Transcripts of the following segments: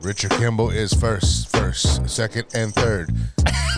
Richard Kimball is first, first, second, and third.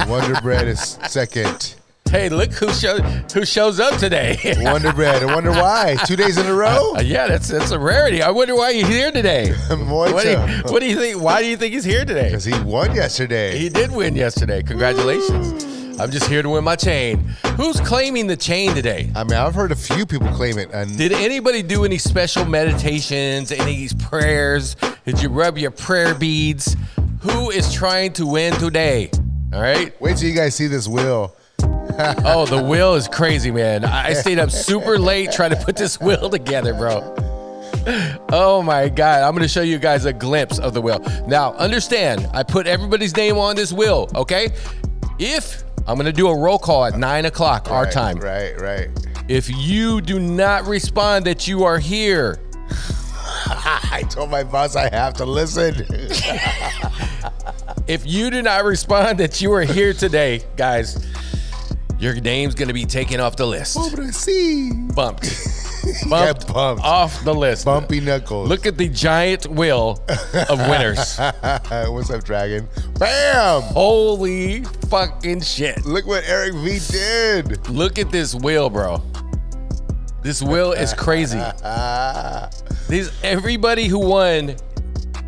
Wonder Bread is second. Hey, look who shows who shows up today. Wonder Bread. I wonder why. Two days in a row. Uh, yeah, that's that's a rarity. I wonder why he's here today. What do, you, Moito. what do you think? Why do you think he's here today? uh, Because he won yesterday. He did win yesterday. Congratulations. I'm just here to win my chain. Who's claiming the chain today? I mean, I've heard a few people claim it. And Did anybody do any special meditations, any prayers? Did you rub your prayer beads? Who is trying to win today? All right. wait till you guys see this will. Oh, the wheel is crazy, man. I I stayed up super late trying to put this wheel together, bro. Oh my God. I'm going to show you guys a glimpse of the wheel. Now, understand, I put everybody's name on this wheel, okay? If I'm going to do a roll call at nine o'clock our Right, time, Right, right. if you do not respond that you are here, I told my boss I have to listen. if you do not respond that you are here today, guys, your name's going to be taken off the list. see. Bumped. Yeah, Bumped bumped. off the list. Bumpy knuckles. Look at the giant wheel of winners. What's up, Dragon? Bam! Oh. Holy fucking shit. Look what Eric V did. Look at this wheel, bro. This wheel is crazy. Ah. These everybody who won,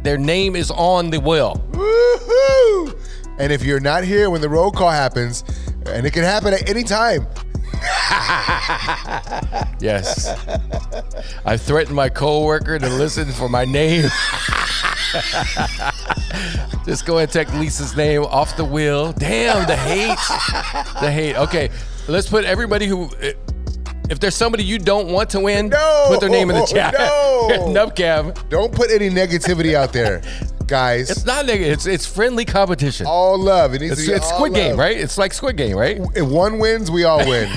their name is on the wheel. Woohoo! And if you're not here when the roll call happens, and it can happen at any time, Yes. I threatened my coworker to listen for my name. Just go and take Lisa's name off the wheel. Damn, the hate. The hate. Okay, let's put everybody who. If there's somebody you don't want to win, No, put their name in the chat. no. Nubcab. don't put any negativity out there, guys. It's not negative. It's it's friendly competition. All love. It needs it's to be it's all Squid Game, love. right? It's like Squid Game, right? If one wins, we all win.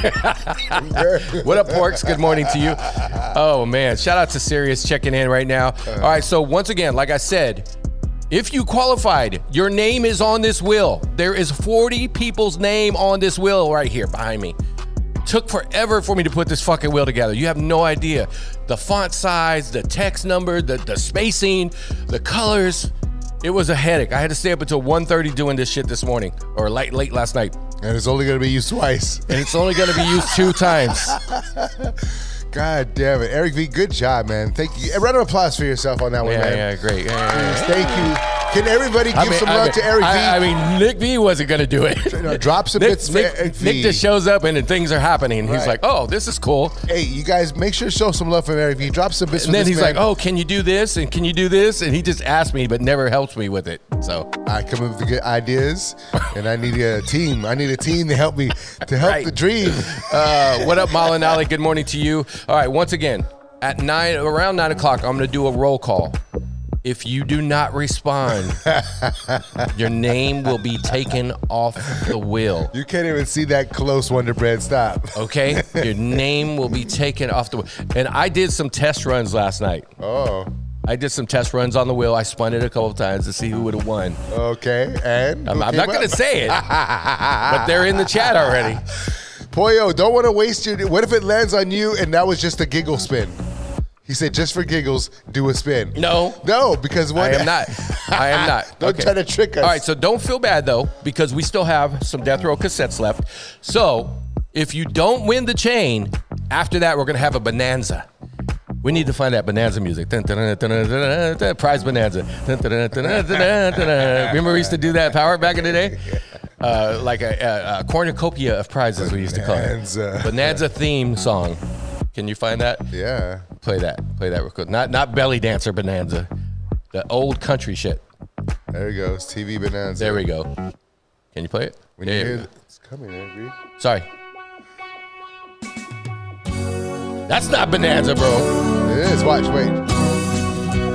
What up, Porks? Good morning to you. Oh man, shout out to Sirius checking in right now. All right, so once again, like I said, if you qualified, your name is on this wheel. There is 40 people's name on this wheel right here behind me. Took forever for me to put this fucking wheel together. You have no idea. The font size, the text number, the, the spacing, the colors. It was a headache. I had to stay up until 1.30 doing this shit this morning or late late last night. and it's only gonna be used twice. And it's only gonna be used two times. God damn it, Eric V. Good job, man. Thank you. A round of applause for yourself on that one, Yeah, man. yeah, great. Yeah, yeah, yeah. Please, Thank you. Can everybody give some love to Eric V? I, I mean, Nick V wasn't going to do it. No, drop some Nick, bits for Nick, Eric V. Nick just shows up and then things are happening. He's Right. like, oh, this is cool. hey, you guys, make sure to show some love for Eric V. Drop some bits. And for then this he's man. like, oh, can you do this? And can you do this? And he just asks me, but never helps me with it. So, I come up with good ideas, and I need a team. I need a team to help me to help Right. the dream. uh, what up, Malinali? Good morning to you. All right, once again, at nine, around nine o'clock, I'm going to do a roll call. If you do not respond, your name will be taken off the wheel. You can't even see that close, Wonder Bread. Stop. Okay, your name will be taken off the. And I did some test runs last night. Oh, I did some test runs on the wheel. I spun it a couple times to see who would have won. okay. And I'm, who I'm came not gonna up? say it, but they're in the chat already. Poyo, don't want to waste your. What if it lands on you and that was just a giggle spin? He said, just for giggles, do a spin. No. No, because one. I am not. I am not. Don't try to trick us. All right, so don't feel bad though, because we still have some death row cassettes left. So if you don't win the chain, after that we're gonna have a bonanza. We need to find that bonanza music. Dun, dun, dun, dun, dun, dun, dun, Prize bonanza. Dun, dun, dun, dun, dun, dun, dun, dun, dun. Remember we used to do that power back in the day, uh, like a, a, a cornucopia of prizes we used to call Bonanza. it. Bonanza theme song. Can you find that? Yeah. Play that. Play that real quick. Not not belly dancer bonanza. The old country shit. There he goes. TV Bonanza. There we go. Can you play it? When There you we hear go. th- it's coming, Eric V. Sorry. That's not Bonanza, bro. It is. Watch. Wait.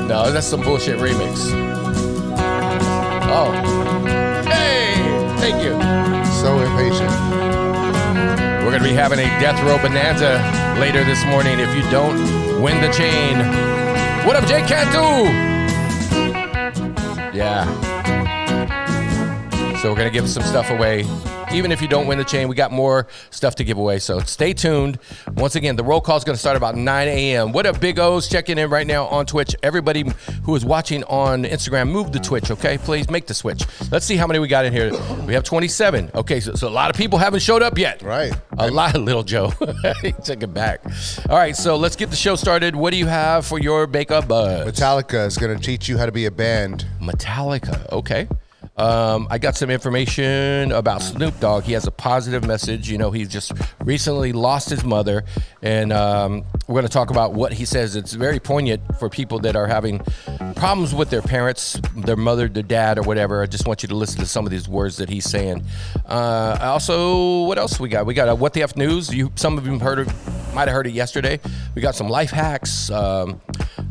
No, that's some bullshit remix. Oh. Hey! Thank you. So impatient. We're going to be having a death row bonanza later this morning if you don't win the chain. What up, Jay Cantu? Yeah. So we're going to give some stuff away o'clock. Even if you don't win the chain, we got more stuff to give away. So stay tuned. Once again, the roll call is going to start about 9 a.m. What up, Big O's? Checking in right now on Twitch. Everybody who is watching on Instagram, move to Twitch, okay? Please make the switch. Let's see how many we got in here. We have 27. Okay, so, so a lot of people haven't showed up yet. Right. A lot of little Joe. he took it back. All right, so let's get the show started. What do you have for your uh, Bake Up Buzz? Metallica is going to teach you how to be a band. Metallica. Okay. Um, I got some information about Snoop Dogg. He has a positive message. You know, he's just recently lost his mother, and um, we're going to talk about what he says. It's very poignant for people that are having problems with their parents, their mother, their dad, or whatever. I just want you to listen to some of these words that he's saying. Uh, I also, what else we got? We got a What the F News. You, some of you heard of, might have heard it yesterday. We got some life hacks. Um,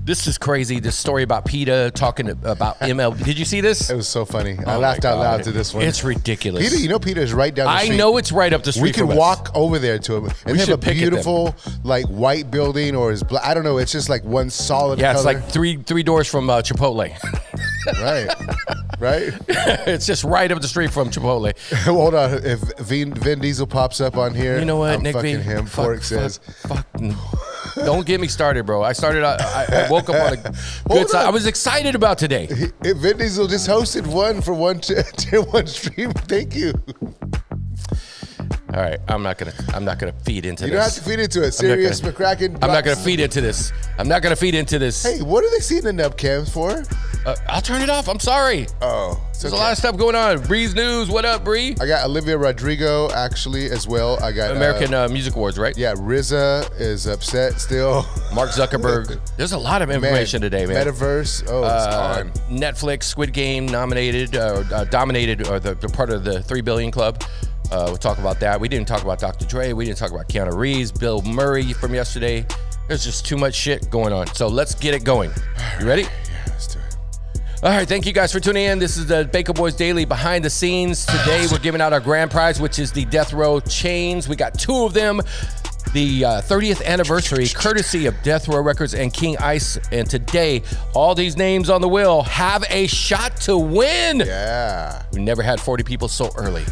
this is crazy. This story about PETA talking about MLB. Did you see this? It was so funny. I Oh my laughed out God. loud to this one. It's ridiculous. Peter, you know Peter is right down the I street. know it's right up the street. We from could us. walk over there to him, and they have should a picket them. beautiful like white building or is black. I don't know. It's just like one solid. Yeah, it's color. like three three doors from uh, Chipotle. right, right. it's just right up the street from Chipotle. Hold on. If Vin, Vin Diesel pops up on here, You know what, I'm Nick fucking B? him. Fuck, Fork fuck, says, Fuck. Don't get me started, bro. I started. I, I woke up on a good Hold side. on. I was excited about today. if Vin Diesel just hosted one for one t- tier one stream, thank you. All right, I'm not gonna. I'm not gonna feed into You don't have this. to feed into it. I'm not Serious gonna- McCracken. I'm not drops- gonna feed into this. I'm not gonna feed into this. Hey, what are they seeing the nub cams for? Uh, I'll turn it off. I'm sorry. Oh, it's There's okay. a lot of stuff going on. Breeze News. What up, Bree? I got Olivia Rodrigo actually as well. I got uh, American uh, Music Awards, right? Yeah, RZA is upset still. Mark Zuckerberg. There's a lot of information today, man. Metaverse. Oh, it's Uh, on. Netflix, Squid Game, nominated, uh, uh, dominated, or the, the part of the three billion club. Uh, we'll talk about that. We didn't talk about Dr. Dre. We didn't talk about Keanu Reeves, Bill Murray from yesterday. There's just too much shit going on. So let's get it going. You ready? Yeah, let's do it. All right, thank you guys for tuning in. This is the Baker Boys Daily behind the scenes. Today we're giving out our grand prize, which is the Death Row chains. We got two of them. The uh, 30th anniversary, courtesy of Death Row Records and King Ice. And today, all these names on the wheel have a shot to win. Yeah. We never had 40 people so early.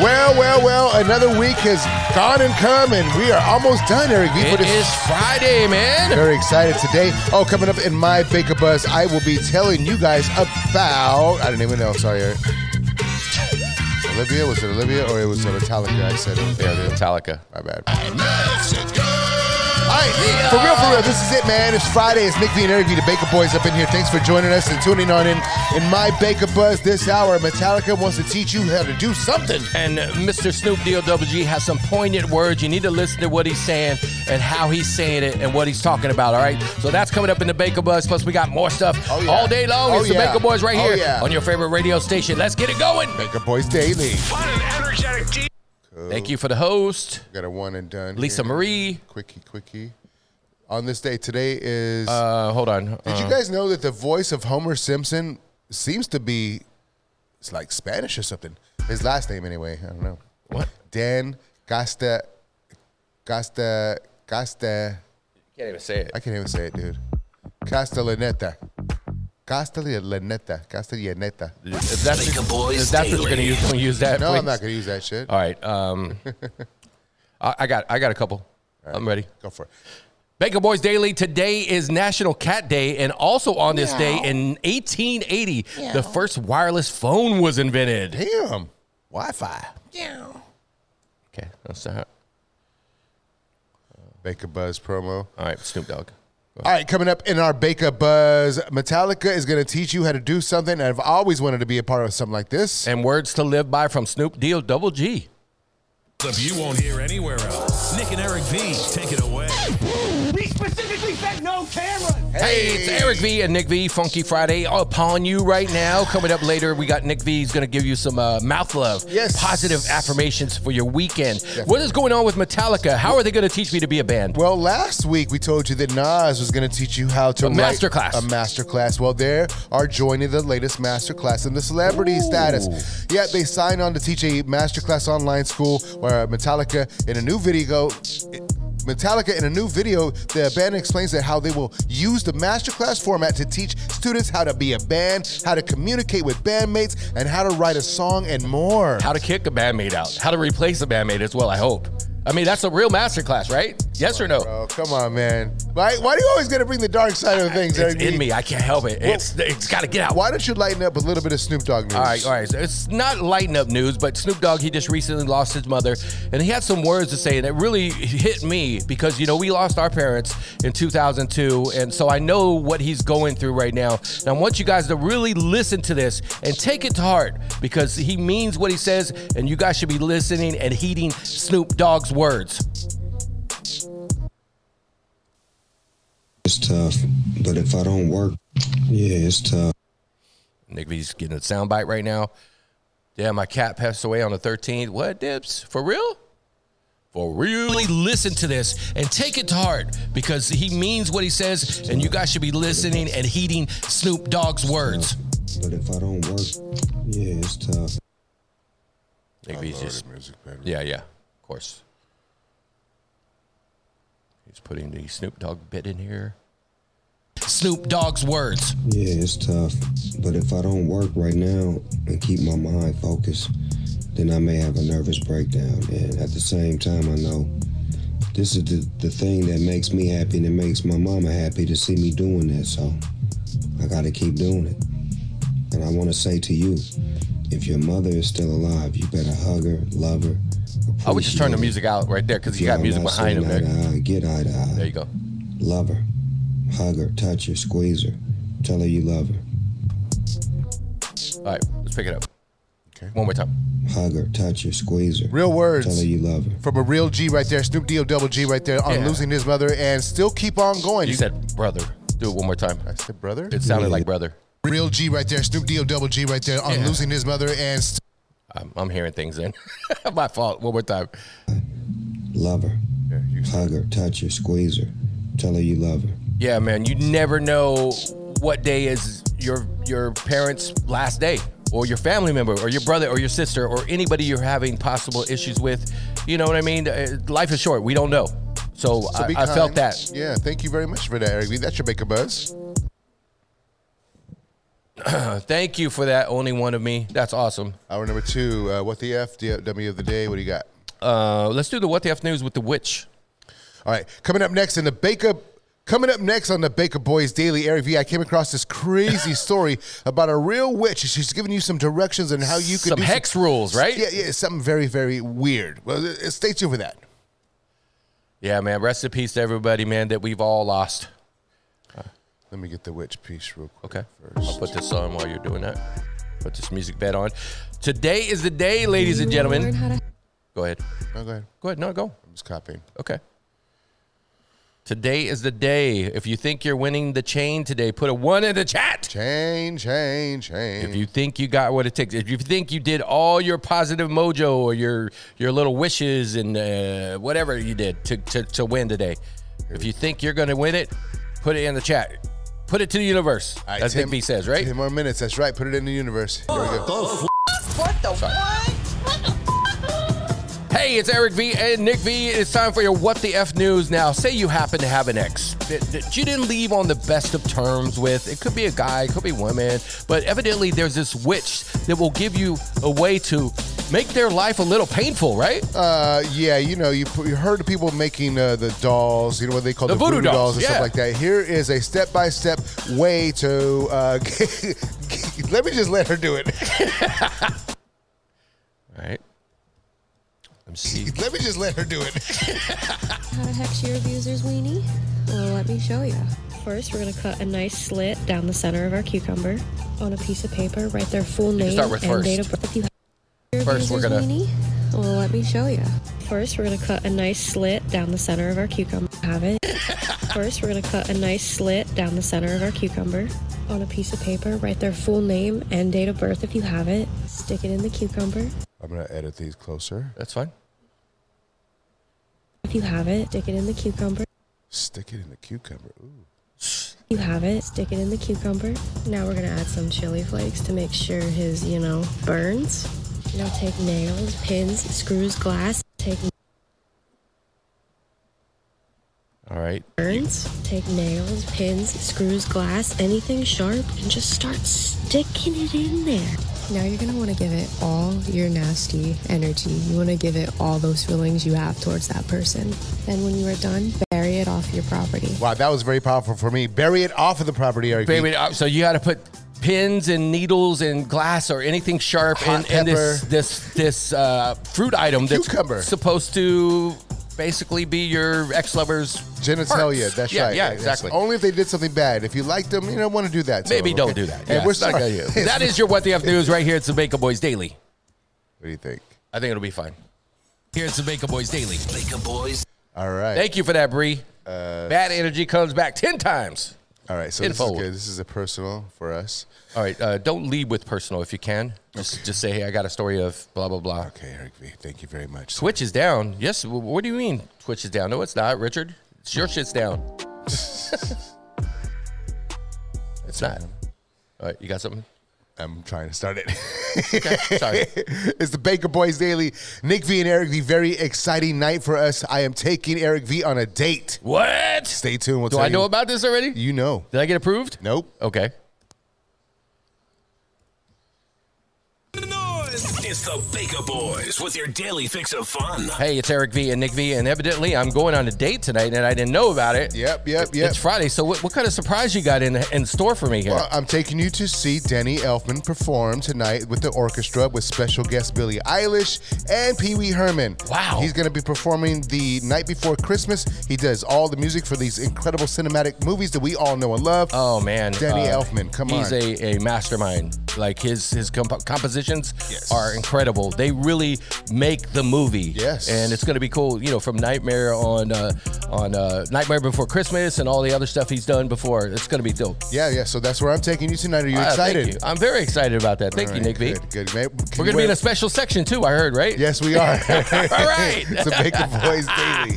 Well, well, well. Another week has gone and come, and we are almost done, Eric. V, It but it's is Friday, man. very excited today. Oh, coming up in my Baker Buzz, I will be telling you guys about. I didn't even know. Sorry, Eric. Olivia? Was it Olivia or it was Metallica? I said it. There it is, Metallica. My bad. All right, for real, for real, this is it, man. It's Friday. It's Nick V and Eric V, the Baker Boys, up in here. Thanks for joining us and tuning on in. In my Baker Buzz this hour, Metallica wants to teach you how to do something. And uh, Mr. Snoop DOWG has some poignant words. You need to listen to what he's saying and how he's saying it and what he's talking about, all right? So that's coming up in the Baker Buzz. Plus, we got more stuff Oh, yeah. all day long. Oh, it's the yeah. Baker Boys right Oh, here yeah. on your favorite radio station. Let's get it going. Baker Boys Daily. What an energetic team. Thank you for the host, Got a one and done. Lisa here. Marie. Quickie, quickie. On this day, today is. Uh, hold on. did Uh, you guys know that the voice of Homer Simpson seems to be, it's like Spanish or something. His last name, anyway. I don't know. what? Dan Gasta, Gasta, Gasta. Can't even say it. I can't even say it, dude. Castellaneta. Castellaneta. Castellaneta. Is that, Baker Boys is that what Daily. we're gonna use? We're gonna use that. No, I'm please? not going to use that shit. All right. Um, I, I got. I got a couple. I'm ready. Go for it. Baker Boys Daily. Today is National Cat Day, and also on this day in 1880, the first wireless phone was invented. Damn. Wi Fi. Okay, that's not. Baker Buzz promo. All right, Snoop Dogg. All right, coming up in our Baker Buzz, Metallica is going to teach you how to do something. And I've always wanted to be a part of something like this. And words to live by from Snoop Deal Double G. Stuff you won't hear anywhere else. Nick and Eric V, take it away. We specifically said no cameras. Hey, it's Eric V and Nick V. Funky Friday upon you right now. Coming up later, we got Nick V. He's going to give you some uh, mouth love, Yes. positive affirmations for your weekend. What is going on with Metallica? How are they going to teach me to be a band? Well, last week we told you that Nas was going to teach you how to a write masterclass. A masterclass. Well, they are joining the latest masterclass in the celebrity status. Yeah, they signed on to teach a masterclass online school where Metallica in a new video. Metallica, in a new video, the band explains that how they will use the masterclass format to teach students how to be a band, how to communicate with bandmates, and how to write a song and more. How to kick a bandmate out. How to replace a bandmate as well, I hope. I mean, that's a real masterclass, right? Yes or no? Oh, come on, man. Why, why do you always gotta bring the dark side of things? It's Eric B? in me. I can't help it. It's it's got to get out. Why don't you lighten up with a little bit of Snoop Dogg news? All right, all right. So It's not lighting up news, but Snoop Dogg, he just recently lost his mother, and he had some words to say, and it really hit me because, you know, we lost our parents in 2002, and so I know what he's going through right now. And I want you guys to really listen to this and take it to heart because he means what he says, and you guys should be listening and heeding Snoop Dogg's words. It's tough, but if I don't work, yeah, it's tough. Nick V's getting a soundbite right now. Damn, my cat passed away on the 13th. What, Dips? For real? For real? Really listen to this and take it to heart because he means what he says, and you guys should be listening and heeding Snoop Dogg's words. But if I don't work, yeah, it's tough. Nick V's just, yeah, yeah, of course. He's putting the Snoop Dogg bit in here. Snoop Dogg's words. Yeah, it's tough. But if I don't work right now and keep my mind focused, then I may have a nervous breakdown. And at the same time, I know this is the, the thing that makes me happy and it makes my mama happy to see me doing this. So I got to keep doing it. And I want to say to you, if your mother is still alive, you better hug her, love her. I would just turn the music appreciate her. out right there because you got Y'all music not behind him. seeing Nick. eye to eye, Get eye to eye. There you go. Love her. Hug her, touch her, squeeze her. Tell her you love her. All right, let's pick it up. Okay. One more time. Hug her, touch her, squeeze her. Real Tell her words. you love her. From a real G right there, Snoop D O double G right there on Yeah. losing his mother and still keep on going. You said brother. Do it one more time. I said brother. It sounded like brother. Real G right there, Snoop D O double G right there on Yeah. losing his mother and st- I'm, I'm hearing things in. My fault. One more time. Love her. Hug her, touch her, squeeze her. Tell her you love her. Yeah, man. You never know what day is your your parents' last day, or your family member, or your brother, or your sister, or anybody you're having possible issues with. You know what I mean? Uh, Life is short. We don't know. So, So be I, I kind. felt that. Yeah, thank you very much for that, Eric. B. That's your Baker Buzz. Thank you for that. Only one of me. That's awesome. Hour number two, uh, what the F, D- W of the day, what do you got? Uh, let's do the what the f news with the witch. All right, coming up next in the Baker. Coming up next on the Baker Boys Daily, Eric V. I came across this crazy story about a real witch. She's giving you some directions on how you can Some do hex rules, right? Yeah, yeah, something very, very weird. Well, uh, stay tuned for that. Yeah, man. Rest in peace to everybody, man. That we've all lost. Let me get the witch piece real quick. Okay. i I'll put this on while you're doing that. Put this music bed on. Today is the day, ladies and gentlemen. Go ahead. Oh, go ahead. Go ahead. No, go. I'm just copying. Okay. Today is the day. If you think you're winning the chain today, put a one in the chat. Chain, chain, chain. If you think you got what it takes, if you think you did all your positive mojo or your your little wishes and uh, whatever you did to, to, to win today, if you think you're going to win it, put it in the chat. Put it to the universe. All right, That's what 10 B says, right? Ten more minutes. That's right. Put it in the universe. There we go. What the what? What the Hey, it's Eric V and Nick V. It's time for your What the F news. Now, say you happen to have an ex that, that you didn't leave on the best of terms with. It could be a guy, it could be women, but evidently there's this witch that will give you a way to make their life a little painful, right? Uh, yeah, you know, you, pu- you heard of people making uh, the dolls, you know what they call The the, voodoo dolls, and yeah. stuff like that. Here is a step by step way to. Uh, let me just let her do it. All right. Let me see. let me just let her do it. How to hex your abuser's weenie? Well, let me show you. First, we're gonna cut a nice slit down the center of our cucumber on a piece of paper. Write their full name start with and first. date of birth. If you hex your First, we're abuser's gonna- weenie, well, let me show you. First, we're gonna cut a nice slit down the center of our cucumber. Have it. First, we're gonna cut a nice slit down the center of our cucumber on a piece of paper. Write their full name and date of birth if you have it. Stick it in the cucumber. I'm going to edit these closer. That's fine. If you have it, stick it in the cucumber. Stick it in the cucumber. Ooh. You have it. Stick it in the cucumber. Now we're gonna add some chili flakes to make sure his, you know, burns. Now take nails, pins, screws, glass. Take All right. Burns, take nails, pins, screws, glass, anything sharp, and just start sticking it in there. Now you're going to want to give it all your nasty energy. You want to give it all those feelings you have towards that person. Then when you are done, bury it off your property. Wow, that was very powerful for me. Bury it off of the property, Eric. B. Baby, uh, so you got to put pins and needles and glass or anything sharp Hot in, in this this this uh, fruit item that's Cucumber. supposed to basically be your ex lover's Genitalia, that's yeah, right. Yeah, That's exactly. Only if they did something bad. If you like them, you don't want to do that. to Maybe them, don't okay? do that. And Yeah, we're it's not sorry. gonna do. that is your what they have news right here at Jamaica Boys Daily. What do you think? I think it'll be fine. Here at Jamaica Boys Daily. All right. Thank you for that, Bree. Bad energy comes back ten times. All right. So this is Info. good. This is a personal for us. All right, uh, don't lead with personal if you can. Just just say, hey, I got a story of blah blah blah. Okay, Eric V. Thank you very much. Twitch is down. Yes. wh- What do you mean Twitch is down? No, it's not, Richard. It's your shit's down. it's not. All right, you got something? I'm trying to start it. Sorry. it's the Baker Boys Daily. Nick V and Eric V. Very exciting night for us. I am taking Eric V on a date. what? Stay tuned. We'll do tell I know you. about this already? You know. Did I get approved? Nope. Okay. It's the Baker Boys with your daily fix of fun. Hey, it's Eric V and Nick V, and evidently I'm going on a date tonight, and I didn't know about it. Yep, yep, yep. It's Friday, so what, what kind of surprise you got in in store for me here? Well, I'm taking you to see Danny Elfman perform tonight with the orchestra with special guests Billie Eilish and Pee Wee Herman. Wow. He's going to be performing the night before Christmas. He does all the music for these incredible cinematic movies that we all know and love. Oh man, Danny Elfman, come he's on. He's a, a mastermind. Like his his comp- compositions Yes. are incredible. They really make the movie. Yes. and it's gonna be cool. You know, from Nightmare on uh, on uh, Nightmare Before Christmas and all the other stuff he's done before. It's gonna be dope. Yeah, yeah. So that's where I'm taking you tonight. Are you Ah, thank excited? you. I'm very excited about that. Thank All you, right, Nick V. Good, good. Man, can We're you gonna be in wait- a special section too. I heard, right? Yes, we are. All right. it's a Baker Boys Daily.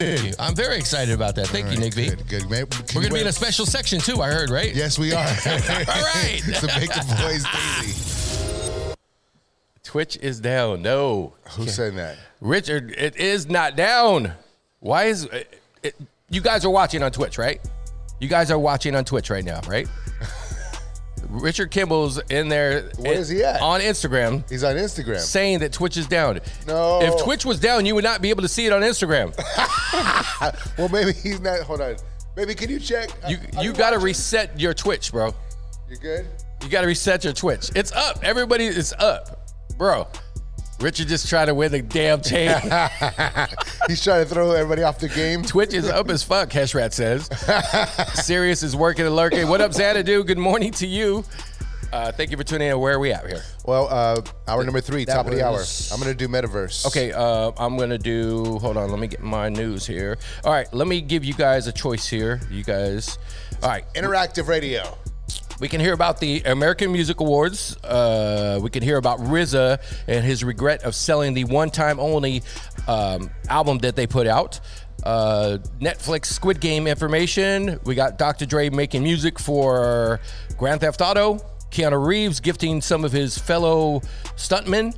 Thank you. I'm very excited about that. Thank you, Nick V. Good, good. Man, can you We're gonna be in wait- a special section too. I heard, right? Yes, we are. All right. it's a Baker Boys Daily. Twitch is down. No. Who said that? Richard, it is not down. Why is it, it, you guys are watching on Twitch, right? You guys are watching on Twitch right now, right? Richard Kimball's in there. Where is he at? On Instagram He's on Instagram. saying that Twitch is down. No. If Twitch was down, you would not be able to see it on Instagram. Well, maybe he's not. Hold on. Baby, can you check? You Are you got to watching? reset your Twitch, bro. You good? You got to reset your Twitch. It's up. Everybody is up. Bro. Richard just tried to win the damn chain. He's trying to throw everybody off the game. Twitch is up as fuck, Heshrat says. Sirius is working and lurking. What up, Xanadu? Good morning to you. Uh, thank you for tuning in. Where are we at here? Well, uh, hour number three, That top of the hour. was- I'm gonna do metaverse. Okay, uh, I'm gonna do. Hold on, let me get my news here. All right, let me give you guys a choice here. You guys, all right, Interactive radio. we can hear about the American Music Awards. Uh, we can hear about RZA and his regret of selling the one-time only um, album that they put out. Uh, Netflix Squid Game information. We got Dr. Dre making music for Grand Theft Auto. Keanu Reeves gifting some of his fellow stuntmen.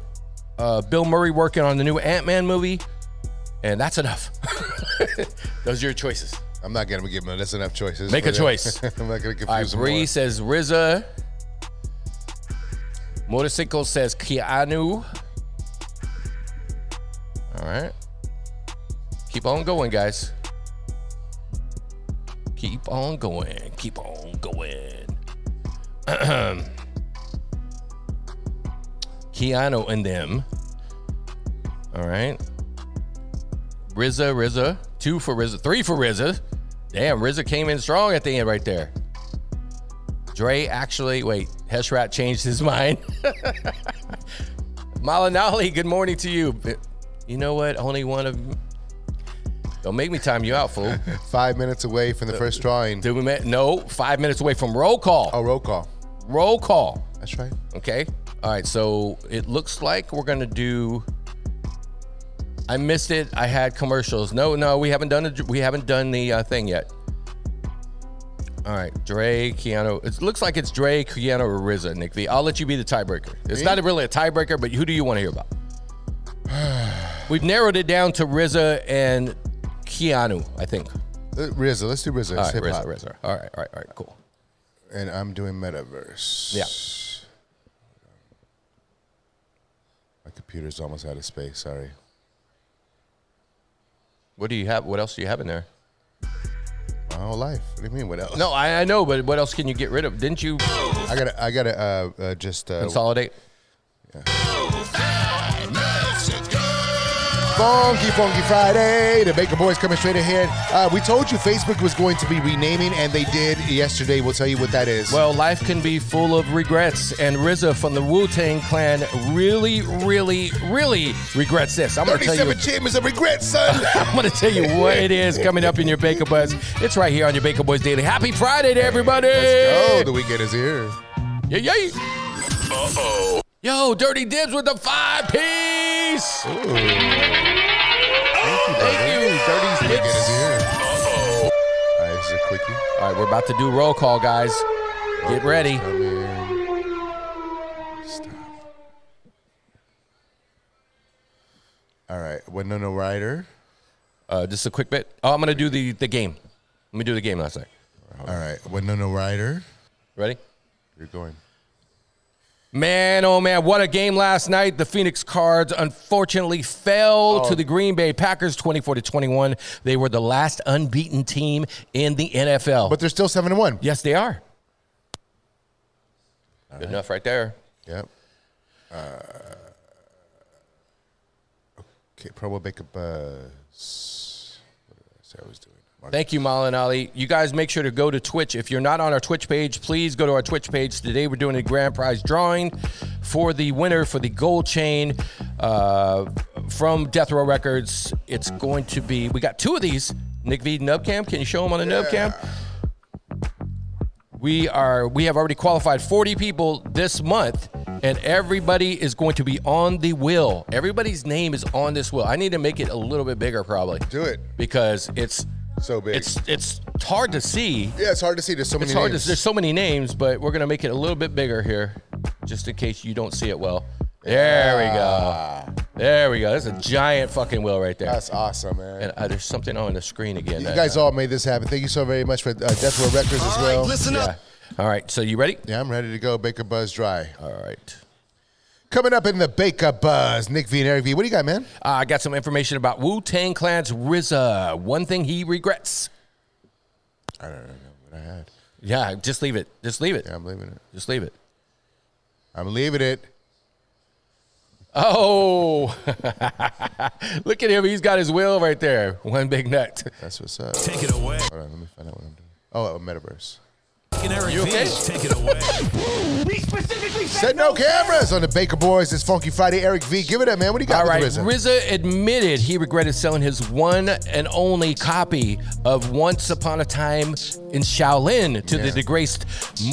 Uh, Bill Murray working on the new Ant-Man movie. And that's enough. Those are your choices. I'm not gonna give him. That's enough choices. Make for a them. choice. I'm not gonna confuse All right, him. Bree says RZA. Motorcycle says Keanu. All right. Keep on going, guys. Keep on going. Keep on going. Keanu and them. All right. RZA, RZA. Two for RZA. Three for RZA. Damn, RZA came in strong at the end right there. Dre actually, wait, Heshrat changed his mind. Malinali, good morning to you. But You know what? Only one of Don't make me time you out, fool. Five minutes away from the Uh, first drawing. Did we ma- no, five minutes away from roll Oh, call. roll call. Roll call. That's right. Okay. All right. So it looks like we're gonna do. I missed it. I had commercials. No, no, we haven't done it. We haven't done the uh, thing yet. All right, Dre, Keanu. It looks like it's Dre, Keanu, or RZA. Nick V. I'll let you be the tiebreaker. It's not really a tiebreaker, but who do you want to hear about? We've narrowed it down to RZA and Keanu, I think. Uh, RZA, let's do RZA. All It's right, hip RZA, hop. RZA. All right, all right, all right, cool. And I'm doing metaverse. Yeah. My computer's almost out of space. Sorry. What do you have? What else do you have in there? My whole life. What do you mean? What else? No, I, I know, but what else can you get rid of? Didn't you I gotta. I gotta. Uh, uh, just. Uh, consolidate? Funky Funky Friday. The Baker Boys coming straight ahead. Uh, we told you Facebook was going to be renaming, and they did yesterday. We'll tell you what that is. Well, life can be full of regrets, and RZA from the Wu Tang Clan really, really, really regrets this. I'm gonna tell you. 37 chambers of regret, son. I'm gonna tell you what it is coming up in your Baker Buzz. It's right here on your Baker Boys Daily. Happy Friday to everybody! oh, the weekend is here. Yay, yay. Uh-oh. Yo, Dirty Dibs with the five piece. Thank you, Dirty Weekend is Dibs. here. All right, this is a quickie. All right, we're about to do roll call, guys. Get ready. Come in. Stop. All right, Winona Ryder. Uh, just a quick bit. Oh, I'm gonna do the, the game. Let me do the game last night. All right, Winona Ryder. Ready? You're going. Man, oh man, what a game last night. The Phoenix Cards unfortunately fell to the Green Bay Packers 24 to 21. They were the last unbeaten team in the NFL. But they're still 7 and 1. yes, they are. Good enough right there. Yep. Uh, okay, Promo Baker Buzz. What did I say I was doing? Mark- Thank you, Malin Ali. You guys make sure to go to Twitch. If you're not on our Twitch page, please go to our Twitch page. Today we're doing a grand prize drawing for the winner for the gold chain uh, from Death Row Records. It's going to be, we got two of these. Nick V nub cam. Can you show them on the nub cam? We are we have already qualified 40 people this month and everybody is going to be on the will. Everybody's name is on this will. I need to make it a little bit bigger probably Do it. because it's So big. it's it's hard to see. yeah, it's hard to see. There's so It's many hard names. to. There's so many names, but we're gonna make it a little bit bigger here, just in case you don't see it well. There we go. There we go. That's a giant fucking wheel right there. That's awesome, man. And uh, there's something on the screen again. you that- guys all made this happen. Thank you so very much for uh, Death Row Records as well. yeah. All right. So you ready? Yeah, I'm ready to go. Baker Buzz Dry. All right. Coming up in the Baker Buzz, Nick V and Eric V. What do you got, man? Uh, I got some information about Wu Tang Clan's RZA. One thing he regrets. I don't know what I had. Yeah. Just leave it. Just leave it. Yeah, I'm leaving it. Just leave it. I'm leaving it. Oh, look at him. He's got his wheel right there. One big nut. That's what's up. Take it away. Hold on, let me find out what I'm doing. Oh, uh, Metaverse. Nick and Eric You V, okay? Take it away. We specifically said, Said no cameras on the Baker Boys. It's Funky Friday. Eric V, give it up, man. What do you got? All right, with the RZA. RZA? admitted he regretted selling his one and only copy of Once Upon a Time in Shaolin to the disgraced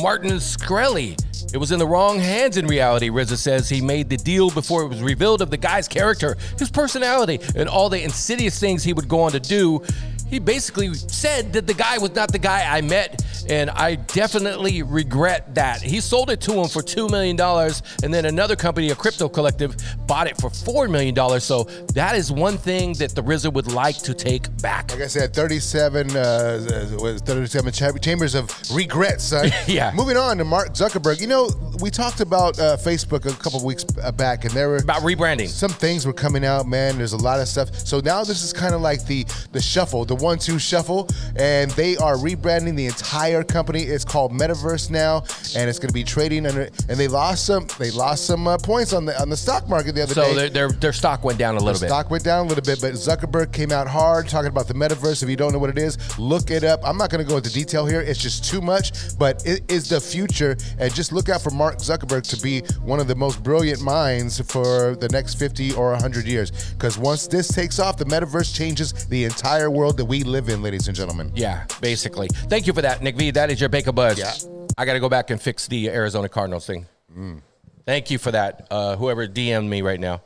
Martin Skrelly. It was in the wrong hands in reality, RZA says. He made the deal before it was revealed of the guy's character, his personality, and all the insidious things he would go on to do. He basically said that the guy was not the guy I met, and I definitely regret that. He sold it to him for $2 million, and then another company, a crypto collective, bought it for $4 million. So that is one thing that the RZA would like to take back. Like I said, 37, uh, uh, was 37 cha- chambers of regret, son. Yeah. Moving on to Mark Zuckerberg. You know, we talked about uh, Facebook a couple weeks uh, back, and there were About rebranding. some things were coming out, man. There's a lot of stuff. So now this is kind of like the the shuffle, the one-two shuffle, and they are rebranding the entire company. It's called Metaverse now, and it's going to be trading under. And they lost some they lost some uh, points on the on the stock market the other So day. their, their, their stock went down a little bit. Stock went down a little bit, but Zuckerberg came out hard talking about the metaverse. If you don't know what it is, look it up. I'm not going to go into detail here; it's just too much. But it is the future, and just look out for Mark Zuckerberg to be one of the most brilliant minds for the next 50 or 100 years. Because once this takes off, the metaverse changes the entire world that we live in, ladies and gentlemen. Yeah, basically. Thank you for that, Nick V. That is your Baker Buzz. Yeah. I got to go back and fix the Arizona Cardinals thing. Mm. Thank you for that. Uh, whoever DM'd me right now.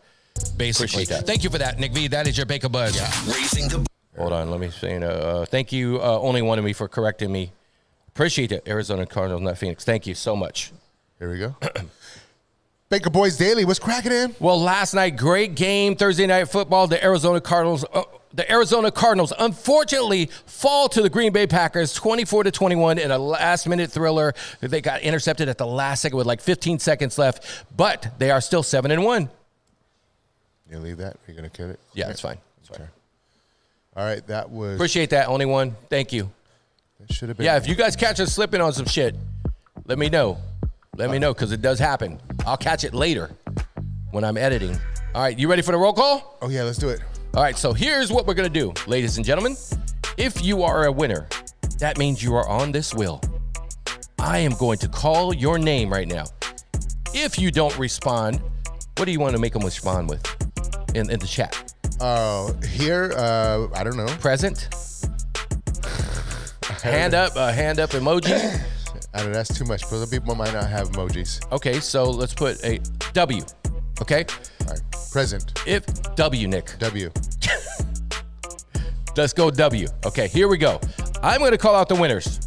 Basically. Appreciate that. Thank you for that, Nick V. That is your Baker Buzz. Raising the Hold on. Let me say, uh, uh, thank you, uh, Only One of Me, for correcting me. Appreciate it, Arizona Cardinals, not Phoenix. Thank you so much. Here we go. Baker Boys Daily, what's cracking in? Well, last night, great game, Thursday night football. The Arizona Cardinals, uh, the Arizona Cardinals, unfortunately, fall to the Green Bay Packers, twenty-four to twenty-one, in a last-minute thriller. They got intercepted at the last second with like fifteen seconds left, but they are still seven and one. You leave that? You're gonna cut it? Yeah, that's fine. That's fine. All right, that was. Appreciate that, only one. Thank you. that should have been. Yeah, if you guys catch us slipping on some shit, let me know. Let me know because it does happen. I'll catch it later when I'm editing. All right, you ready for the roll call? Oh yeah, let's do it. All right, so here's what we're gonna do, ladies and gentlemen. If you are a winner, that means you are on this wheel. I am going to call your name right now. If you don't respond, what do you want to make them respond with in, in the chat? Uh, here, uh, I don't know. Present? hand up, a hand up emoji. I don't know. That's too much. But some people might not have emojis. Okay, so let's put a W. Okay? All right, present. If W, Nick. W. Let's go W. Okay, here we go. I'm going to call out the winners.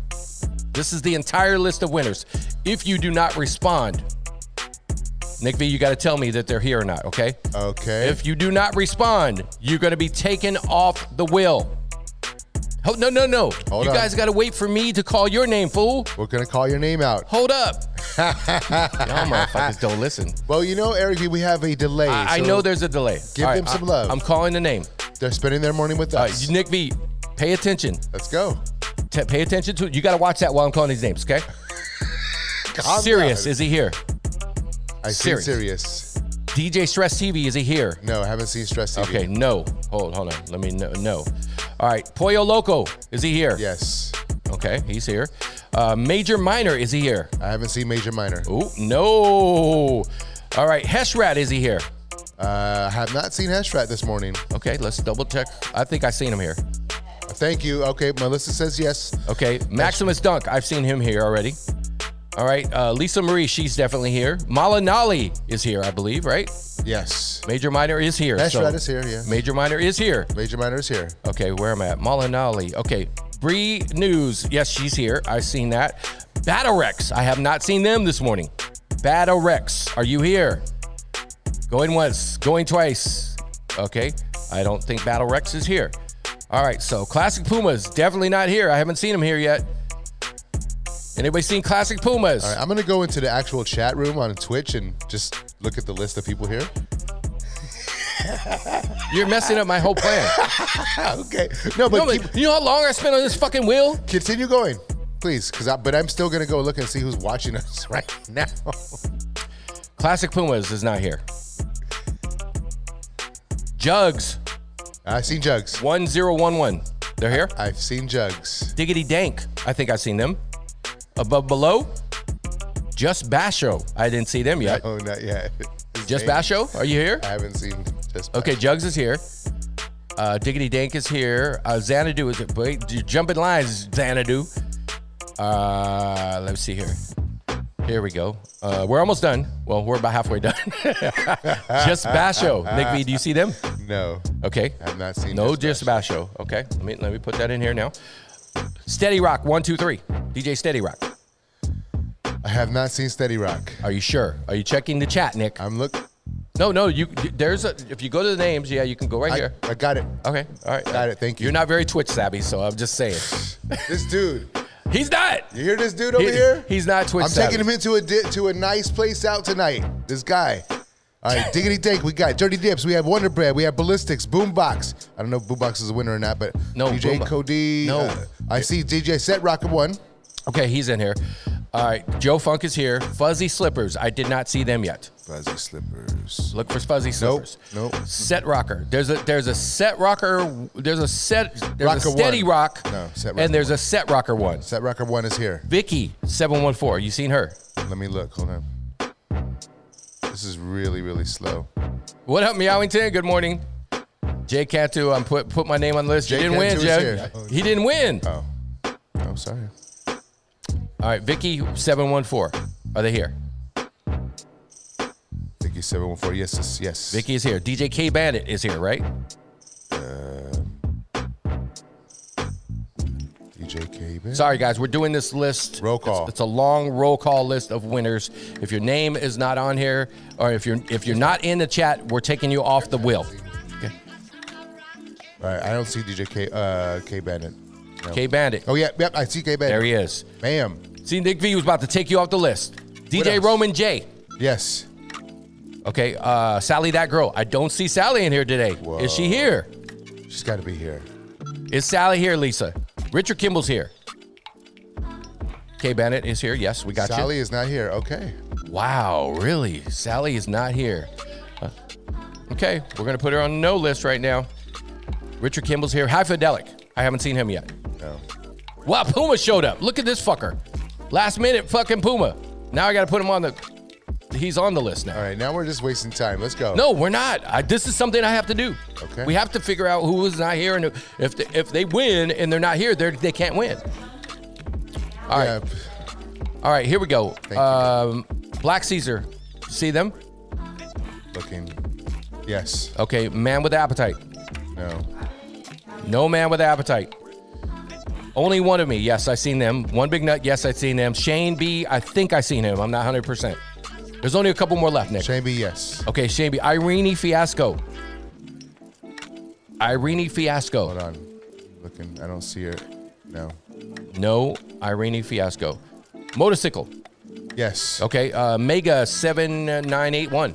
This is the entire list of winners. If you do not respond, Nick V, you got to tell me that they're here or not, okay? Okay. If you do not respond, you're going to be taken off the wheel. Oh, no, no, no. Hold you on. guys got to wait for me to call your name, fool. We're gonna call your name out. Hold up. Y'all motherfuckers don't listen. Well, you know, Eric, we have a delay. I, I so know there's a delay. Give them some I- love. I'm calling the name. They're spending their morning with All us. right, Nick V, pay attention. Let's go. T- pay attention to You got to watch that while I'm calling these names, okay? Calm serious, down. is he here? I see serious. serious. DJ Stress TV, is he here? No, I haven't seen stress. TV. Okay, no. Hold, hold on. Let me know. No. All right, Pollo Loco, is he here? Yes, Okay, he's here. Uh, Major Minor, is he here? I haven't seen major minor. Oh, no. All right, Heshrat, is he here? Uh, I have not seen Hashrat this morning. Okay, let's double check. I think I seen him here. Thank you. Okay, Melissa says yes. Okay, Maximus Dunk, I've seen him here already. All right, uh, Lisa Marie, she's definitely here. Malinali is here, I believe, right? Yes. Major Minor is here. Hashrat so- is here. Yeah. Major Minor is here. Major minor is here. Okay, where am I at? Molinali. Okay, Bree News. Yes, she's here. I've seen that. Batarex. I have not seen them this morning. Batarex, are you here? Going once, going twice. Okay, I don't think Battle Rex is here. All right, so Classic Pumas definitely not here. I haven't seen him here yet. Anybody seen Classic Pumas? All right, I'm gonna go into the actual chat room on Twitch and just look at the list of people here. You're messing up my whole plan. Okay. No, you, but know, keep, you know how long I spent on this fucking wheel? continue going, please. Cause I, but I'm still gonna go look and see who's watching us right now. Classic Pumas is not here. Jugs I've seen Jugs. 1011. They're here. I've seen Jugs. Diggity Dank. I think I've seen them. Above Below. Just Basho. I didn't see them yet. Oh, not yet. His Just name- Basho. Are you here? I haven't seen Just. Okay, Jugs is here. Uh, Diggity Dank is here. Uh, Xanadu is wait, j- jumping lines, Xanadu. Uh, let's see here. Here we go. Uh, we're almost done. Well, we're about halfway done. Just Basho. Nick V, do you see them? Basho. No, Okay. I've not seen. No Just just about show. Okay. Let me let me put that in here now. Steady Rock, one, two, three. DJ Steady Rock. Bash. I have not seen Steady Rock. Are you sure? Are you checking the chat, Nick? I'm look. No, no, you there's a if you go to the names, yeah, you can go right I, here. I got it. Okay. All right. Got it. Thank you. You're not very Twitch savvy, so I'm just saying. This dude. He's not. You hear this dude over He- here? He's not Twitch I'm savvy. taking him into a di- to a nice place out tonight. This guy. All right, diggity dank. We got dirty dips. We have Wonder Bread. We have Ballistics. Boombox. I don't know if Boombox is a winner or not, but No, DJ Boombox. Cody. uh, No. I see DJ Set Rocket one. Okay, he's in here. All right. Joe Funk is here. Fuzzy Slippers. I did not see them yet. Fuzzy slippers. Look for fuzzy Nope, slippers. nope. Set rocker. There's a there's a set rocker. There's a set. There's Rocker a steady one. rock. No, set rocker And there's a set rocker one. Set Rocket one is here. Vicky seven one four. You seen her? Let me look. Hold on. This is really really slow. What up, meowington? Good morning. Jay Cantu, I'm put put my name on the list. Jay you didn't win, Cantu is Jay. here. Oh, He didn't win. Oh, oh, sorry. All right, Vicky seven one four. Are they here? Vicky seven one four. Yes, yes, yes. Vicky is here. DJ K Bandit is here, right? DJ JK, man. Sorry, guys, we're doing this list. Roll call. It's, it's a long roll call list of winners. If your name is not on here, or if you're if you're not in the chat, we're taking you off the wheel. All right, I don't see DJ K, uh, K Bandit. No. K Bandit, Oh, yeah, yep, I see K Bandit. there he is. Bam. See, Nick V was about to take you off the list. DJ else? Roman J. Yes. Okay, uh, Sally, that girl. I don't see Sally in here today. Is she here? She's got to be here. Is Sally here, Lisa? Richard Kimball's here. K Bandit is here. Yes, we got Sally is not here. Okay. you. Wow, really? Sally is not here. Huh. Okay, we're gonna put her on no list right now. Richard Kimball's here. High Fidelic. I haven't seen him yet. No. Wow, Puma showed up. Look at this fucker. Last minute fucking Puma. Now I gotta put him on the he's on the list now. All right, now we're just wasting time. Let's go. No, we're not. I, this is something I have to do. Okay. We have to figure out who is not here, and if they, if they win and they're not here, they they can't win. All right, Yeah, all right. Here we go. you. Um, Black Caesar, see them? looking. Yes. Okay, man with appetite. No. No man with appetite. Only one of me. Yes, I seen them. One big nut. Yes, I seen them. Shane B. I think I seen him. I'm not 100. percent There's only a couple more left, Nick. Shane B, yes. Okay, Shane B. Irene Fiasco. Irene Fiasco. Hold on. Looking. I don't see her. No. No, Irene Fiasco. Motorcycle. Yes. Okay, uh, Mega 7981.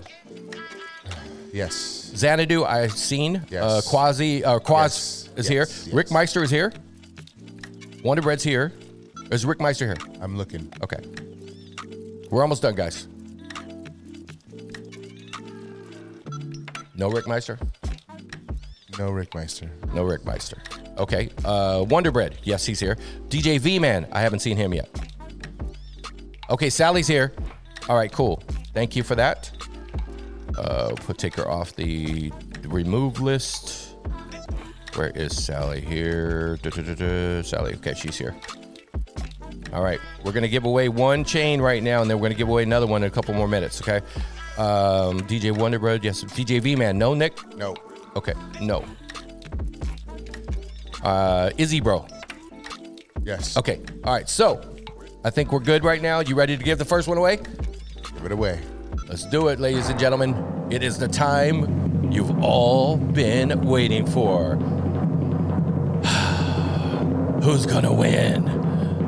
Yes. Xanadu, I've seen. Yes. Uh, Quasi, uh, Quaz Yes, is yes, here. yes. Rick Meister is here. Wonder Bread's here. Is Rick Meister here? I'm looking. Okay. We're almost done, guys. No Rick Meister? No Rick Meister. No Rick Meister. Okay. Uh, Wonder Bread. Yes, he's here. DJ V Man. I haven't seen him yet. Okay, Sally's here. All right, cool. Thank you for that. Uh, put take her off the remove list. Where is Sally here? Duh, duh, duh, duh. Sally. Okay, she's here. All right, we're gonna give away one chain right now, and then we're gonna give away another one in a couple more minutes. Okay. Um, DJ Wonder Bread. Yes. DJ V Man. No, Nick. No. Okay, no. Uh, Izzy, bro. Yes. Okay, all right. So, I think we're good right now. You ready to give the first one away? Give it away. Let's do it, ladies and gentlemen. It is the time you've all been waiting for. Who's gonna win?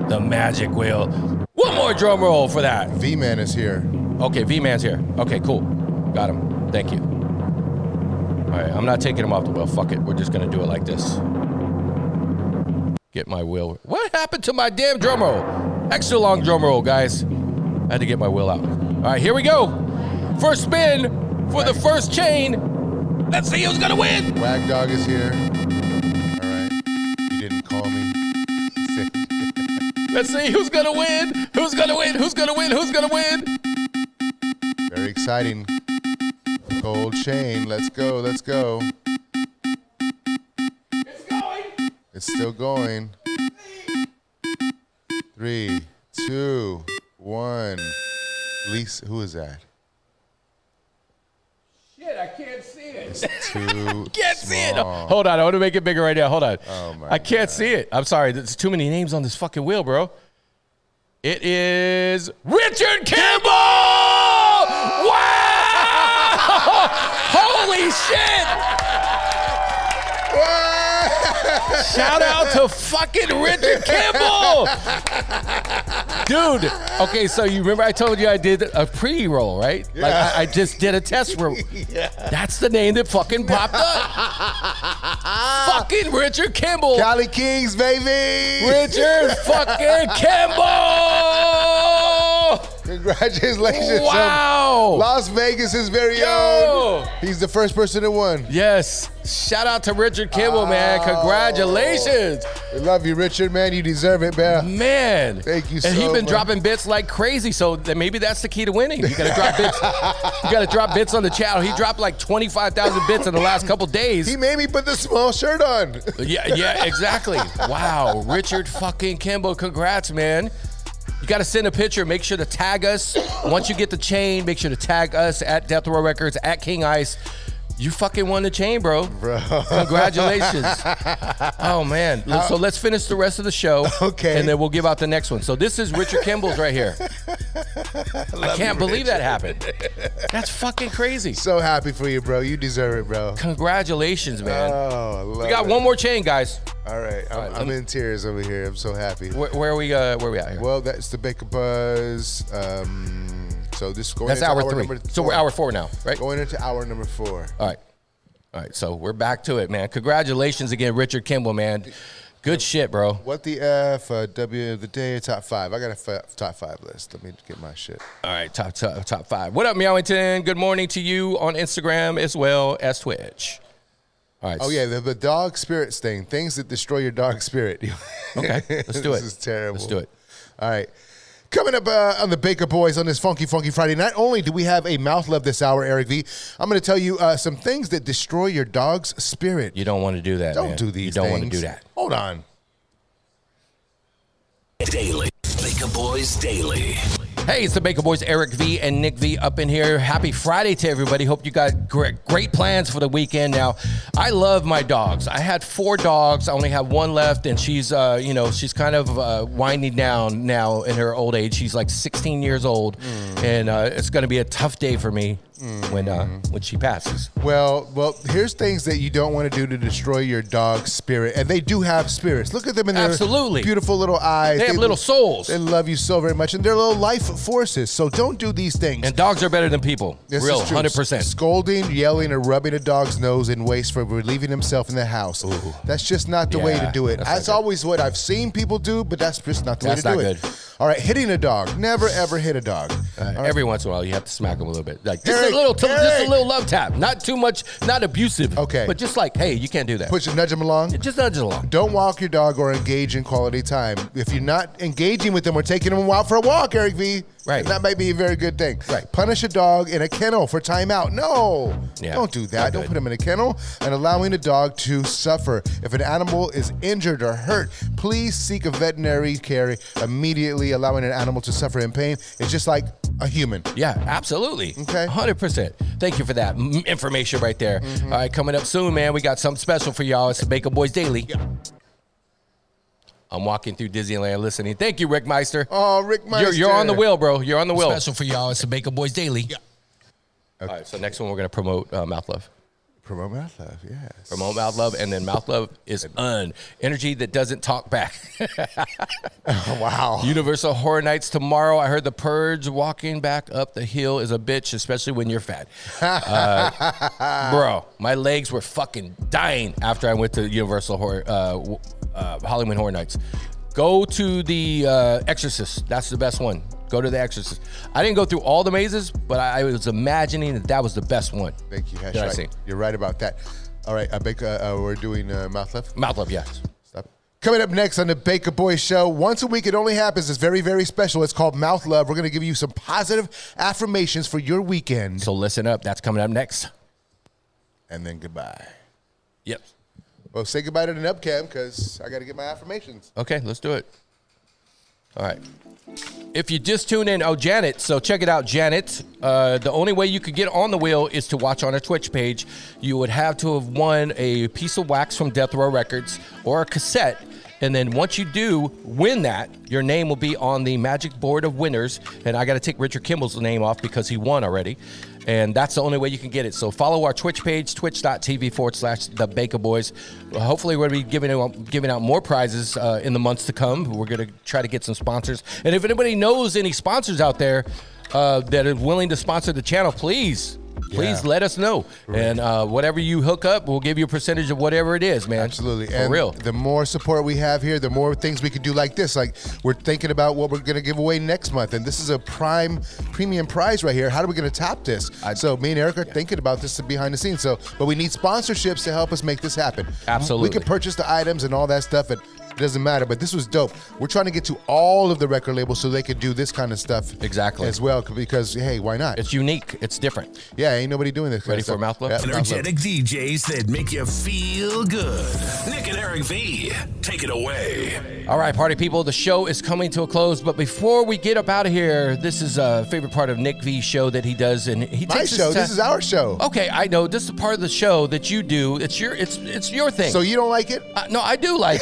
The magic wheel. One more drum roll for that. V Man is here. Okay, V Man's here. Okay, cool. Got him. Thank you. All right, I'm not taking him off the wheel. Fuck it. We're just going to do it like this. Get my wheel. What happened to my damn drum roll? Extra long drum roll, guys. I had to get my wheel out. All right, here we go. First spin for the first chain. Let's see who's going to win. Wag Dog is here. All right. You didn't call me. Sick. Let's see who's going to win. Who's going to win? Who's going to win? Who's going to win? Very exciting. Gold chain. Let's go. Let's go. It's still going. Three, two, one. Lisa, who is that? Shit, I can't see it. It's too Can't see it. small. Hold on. I want to make it bigger right now. Hold on. Oh, my I can't see it. I'm sorry. There's too many names on this fucking wheel, bro. It is Richard Kimball! Wow! Holy shit! Shout out to fucking Richard Kimball! Dude, okay, so you remember I told you I did a pre roll, right? Like, Yeah. I, I just did a test roll. That's the name that fucking popped up. fucking Richard Kimball. Cali Kings, baby! Richard fucking Kimball! Congratulations. Wow. Las Vegas is very Yo. own. He's the first person to win. Yes. Shout out to Richard Kimball, Oh. man. Congratulations. We love you, Richard, man. You deserve it, man. Man. Thank you And so he's been much. dropping bits like crazy, so th- maybe that's the key to winning. You gotta drop bits. you gotta drop bits on the channel. He dropped like twenty five thousand bits in the last couple days. He made me put the small shirt on. yeah, yeah, exactly. Wow, Richard fucking Kimball, congrats, man. You got to send a picture. Make sure to tag us. Once you get the chain, make sure to tag us at Death Row Records, at King Ice. You fucking won the chain, bro. Bro. Congratulations. oh man. so let's finish the rest of the show. Okay. And then we'll give out the next one. So this is Richard Kimball's right here. I, can't believe that happened. That's fucking crazy. So happy for you, bro. You deserve it, bro. Congratulations, man. Oh, I love we got it. one more chain, guys. All right, I'm, right, let I'm me- in tears over here. I'm so happy. Where, where are we? Uh, where are we at here? Well, that's the Baker Buzz. Um, so this is going That's into hour, hour three. number So we're hour four now, right? Uh, Going into hour number four. All right. All right. So we're back to it, man. Congratulations again, Richard Kimball, man. Good shit, bro. What the F, uh, W of the day, top five. I got a f- top five list. Let me get my shit. All right, top top top five. What up, Meowington? Good morning to you on Instagram as well as Twitch. All right. Oh, yeah, the, the dog spirits thing. Things that destroy your dog spirit. Okay, let's do this it. is terrible. Let's do it. All right. Coming up uh, on the Baker Boys on this funky, funky Friday, not only do we have a mouth love this hour, Eric V, I'm going to tell you uh, some things that destroy your dog's spirit. You don't want to do that. Don't man. do these You don't things. want to do that. Hold on. Daily. Baker Boys Daily. Hey, it's the Baker Boys, Eric V and Nick V up in here. Happy Friday to everybody. Hope you got great, great plans for the weekend. Now, I love my dogs. I had four dogs. I only have one left, and she's, uh, you know, she's kind of uh, winding down now in her old age. She's like 16 years old, Mm. and uh, it's going to be a tough day for me when uh, when she passes. Well, well, here's things that you don't want to do to destroy your dog's spirit, and they do have spirits. Look at them in their Absolutely. beautiful little eyes. They have little souls. They love you so very much, and they're little life forces. So don't do these things. And dogs are better than people. This Real, is true. 100%. Scolding, yelling, or rubbing a dog's nose in waste for relieving himself in the house. That's just not the way Yeah, to do it. that's That's, not good. always what I've seen people do, but that's just not the That's way to not do good. it. All right, hitting a dog. Never ever hit a dog. All right. Every once in a while, you have to smack them a little bit, like just Eric, a little, just Eric. a little love tap, not too much, not abusive. Okay. but just like, hey, you can't do that. Push and nudge him along. Just nudge it along. Don't walk your dog or engage in quality time. If you're not engaging with them or taking them out for a walk, Eric V, Right. that might be a very good thing. Right. Punish a dog in a kennel for timeout. No, Yeah, don't do not that. Don't good. put them in a kennel. And allowing a dog to suffer. If an animal is injured or hurt, please seek a veterinary care immediately. Allowing an animal to suffer in pain is just like a human. Yeah, absolutely. Okay. 100%. Thank you for that m- information right there. Mm-hmm. All right, coming up soon, man, we got something special for y'all. It's the Baker Boys Daily. I'm walking through Disneyland listening. Thank you, Rick Meister. Oh, Rick Meister. You're, you're on the wheel, bro. You're on the wheel. Special for y'all. It's the Baker Boys Daily. All right, so next one, we're going to promote uh, Mouth Love. Promote mouth love, yes. Promote Mouth Love, and then Mouth Love is un energy that doesn't talk back. Wow. Universal Horror Nights tomorrow. I heard the purge walking back up the hill is a bitch, especially when you're fat. Uh, bro, my legs were fucking dying after I went to Universal Horror, uh, w- uh, Halloween Horror Nights. Go to the uh, Exorcist. That's the best one. Go to the Exorcist. I didn't go through all the mazes, but I, I was imagining that that was the best one. Thank you. Hash Did I right. see? You're right about that. All right, I bake, uh, uh, we're doing uh, mouth love. Mouth love, yes. Stop. Coming up next on the Baker Boy Show, once a week it only happens. It's very, very special. It's called Mouth Love. We're going to give you some positive affirmations for your weekend. So listen up. That's coming up next. And then goodbye. Yep. Well, say goodbye to the Nubcam because I got to get my affirmations. Okay, let's do it. All right. If you just tune in, oh, Janet, so check it out, Janet. Uh, the only way you could get on the wheel is to watch on her Twitch page. You would have to have won a piece of wax from Death Row Records or a cassette. And then once you do win that, your name will be on the magic board of winners. And I got to take Richard Kimball's name off because he won already. And that's the only way you can get it. So follow our Twitch page, twitch.tv forward slash the Baker Boys. Well, Hopefully, we're going to be giving out, giving out more prizes uh, in the months to come. We're going to try to get some sponsors. And if anybody knows any sponsors out there uh, that are willing to sponsor the channel, please. Please Yeah. let us know, and uh, whatever you hook up, we'll give you a percentage of whatever it is, man. Absolutely. for and real. the more support we have here, the more things we can do like this. Like we're thinking about what we're going to give away next month. And this is a prime premium prize right here. How are we going to top this? so me and Eric are thinking about this behind the scenes. So, but we need sponsorships to help us make this happen. Absolutely. We can purchase the items and all that stuff at It doesn't matter, but this was dope. We're trying to get to all of the record labels so they could do this kind of stuff Exactly. as well because hey, why not? It's unique. It's different. yeah, ain't nobody doing this. kind Ready of for a stuff. mouth blow? Yeah, mouth blow. Energetic DJs that make you feel good. Nick and Eric V, take it away. All right, party people, the show is coming to a close, but before we get up out of here, this is a favorite part of Nick V's show that he does, and he My takes his show. ti- This is our show. Okay, I know this is part of the show that you do. It's your it's it's your thing. So you don't like it? Uh, no, I do like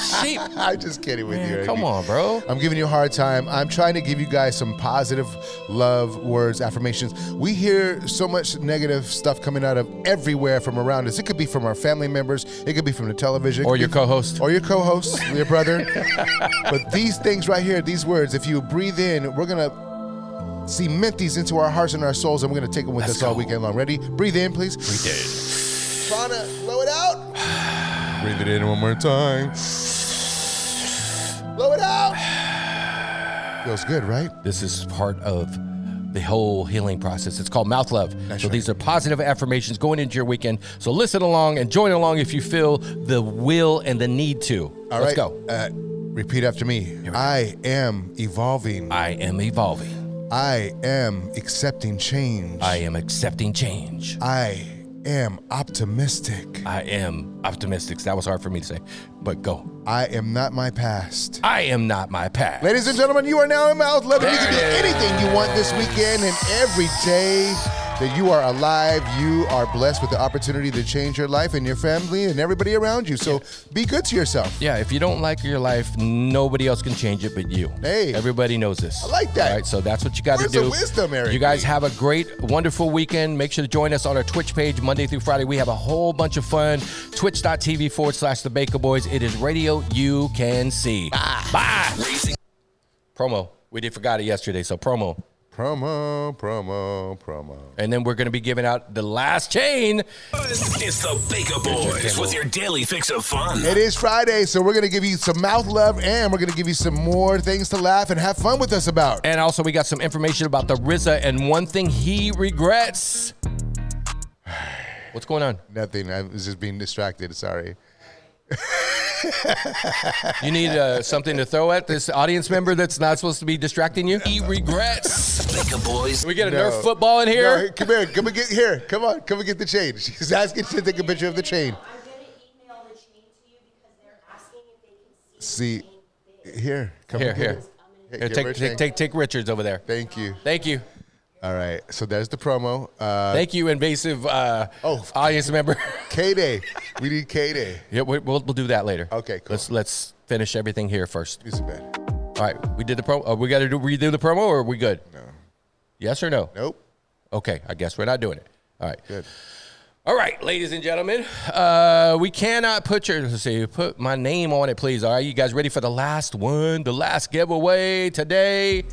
Sheep. I'm just kidding with you. Man, Amy. come on, bro. I'm giving you a hard time. I'm trying to give you guys some positive love words, affirmations. We hear so much negative stuff coming out of everywhere from around us. It could be from our family members, it could be from the television, it Or could your be- co-host. or your co host, your brother. but these things right here, these words, if you breathe in, we're going to. Cement these into our hearts and our souls, and we're gonna take them with us all weekend long. Ready? Breathe in, please. We did. Trying to blow it out. Breathe it in one more time. Blow it out. Feels good, right? This is part of the whole healing process. It's called mouth love. so right. these are positive affirmations going into your weekend. So listen along and join along if you feel the will and the need to. All Let's right. go. Uh, repeat after me. I am evolving. I am evolving. I am accepting change. I am accepting change. I am optimistic. I am optimistic. That was hard for me to say, but go. I am not my past. I am not my past. Ladies and gentlemen, you are now in Mouth Love. You There can be it is. anything you want this weekend and every day that you are alive, you are blessed with the opportunity to change your life and your family and everybody around you. So be good to yourself. Yeah, if you don't like your life, nobody else can change it but you. Hey. everybody knows this. I like that. All right, so that's what you got to Words of do. wisdom, Eric. You guys have a great, wonderful weekend. Make sure to join us on our Twitch page Monday through Friday. We have a whole bunch of fun. Twitch.tv forward slash The Baker Boys. It is radio you can see. Bye. Promo. We did forgot it yesterday, so promo. Promo, promo, promo. And then we're going to be giving out the last chain. It's the Baker Boys with your daily fix of fun. It is Friday, so we're going to give you some mouth love and we're going to give you some more things to laugh and have fun with us about. And also, we got some information about the RZA and one thing he regrets. What's going on? Nothing. I was just being distracted. Sorry. You need uh, something to throw at this audience member that's not supposed to be distracting you? He regrets. Baker Boys. We get a No. Nerf football in No, here? come here. Come and get here. Come on. Come and get the chain. She's asking to take a picture of the chain. See, here. Come Here, and get here. it. Hey, Here, give her a take, chain. take, take, take Richards over there. Thank you. Thank you. All right. So there's the promo. Uh, Thank you, invasive uh, Oh. audience member. K Day. We need K Day. yeah, we, we'll, we'll do that later. Okay, cool. Let's, let's finish everything here first. Piece of bed. All right, we did the promo. Uh, we got to do redo the promo or are we good? No. Yes or no? Nope. Okay, I guess we're not doing it. All right. Good. All right, ladies and gentlemen, uh, we cannot put your let's see, put my name on it, please. All right, you guys ready for the last one, the last giveaway today?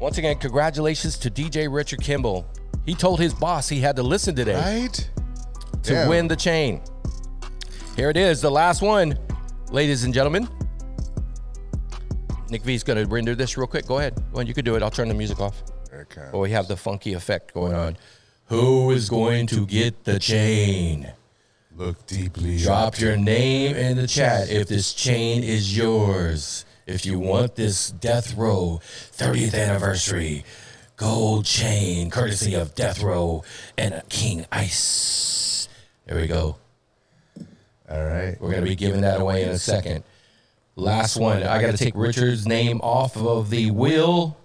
Once again, congratulations to DJ Richard Kimball. He told his boss he had to listen today Right? to Damn. win the chain. Here it is, the last one, ladies and gentlemen. Nick V's gonna render this real quick. Go ahead. Well, you could do it. I'll turn the music off. There it comes. Or we have the funky effect going on. Who is going to get the chain? Look deeply. Drop your name in the chat if this chain is yours. If you want this death row 30th anniversary gold chain, courtesy of death row and King Ice. There we go. All right. We're going to be giving that away in a second. Last one. I got to take Richard's name off of the will.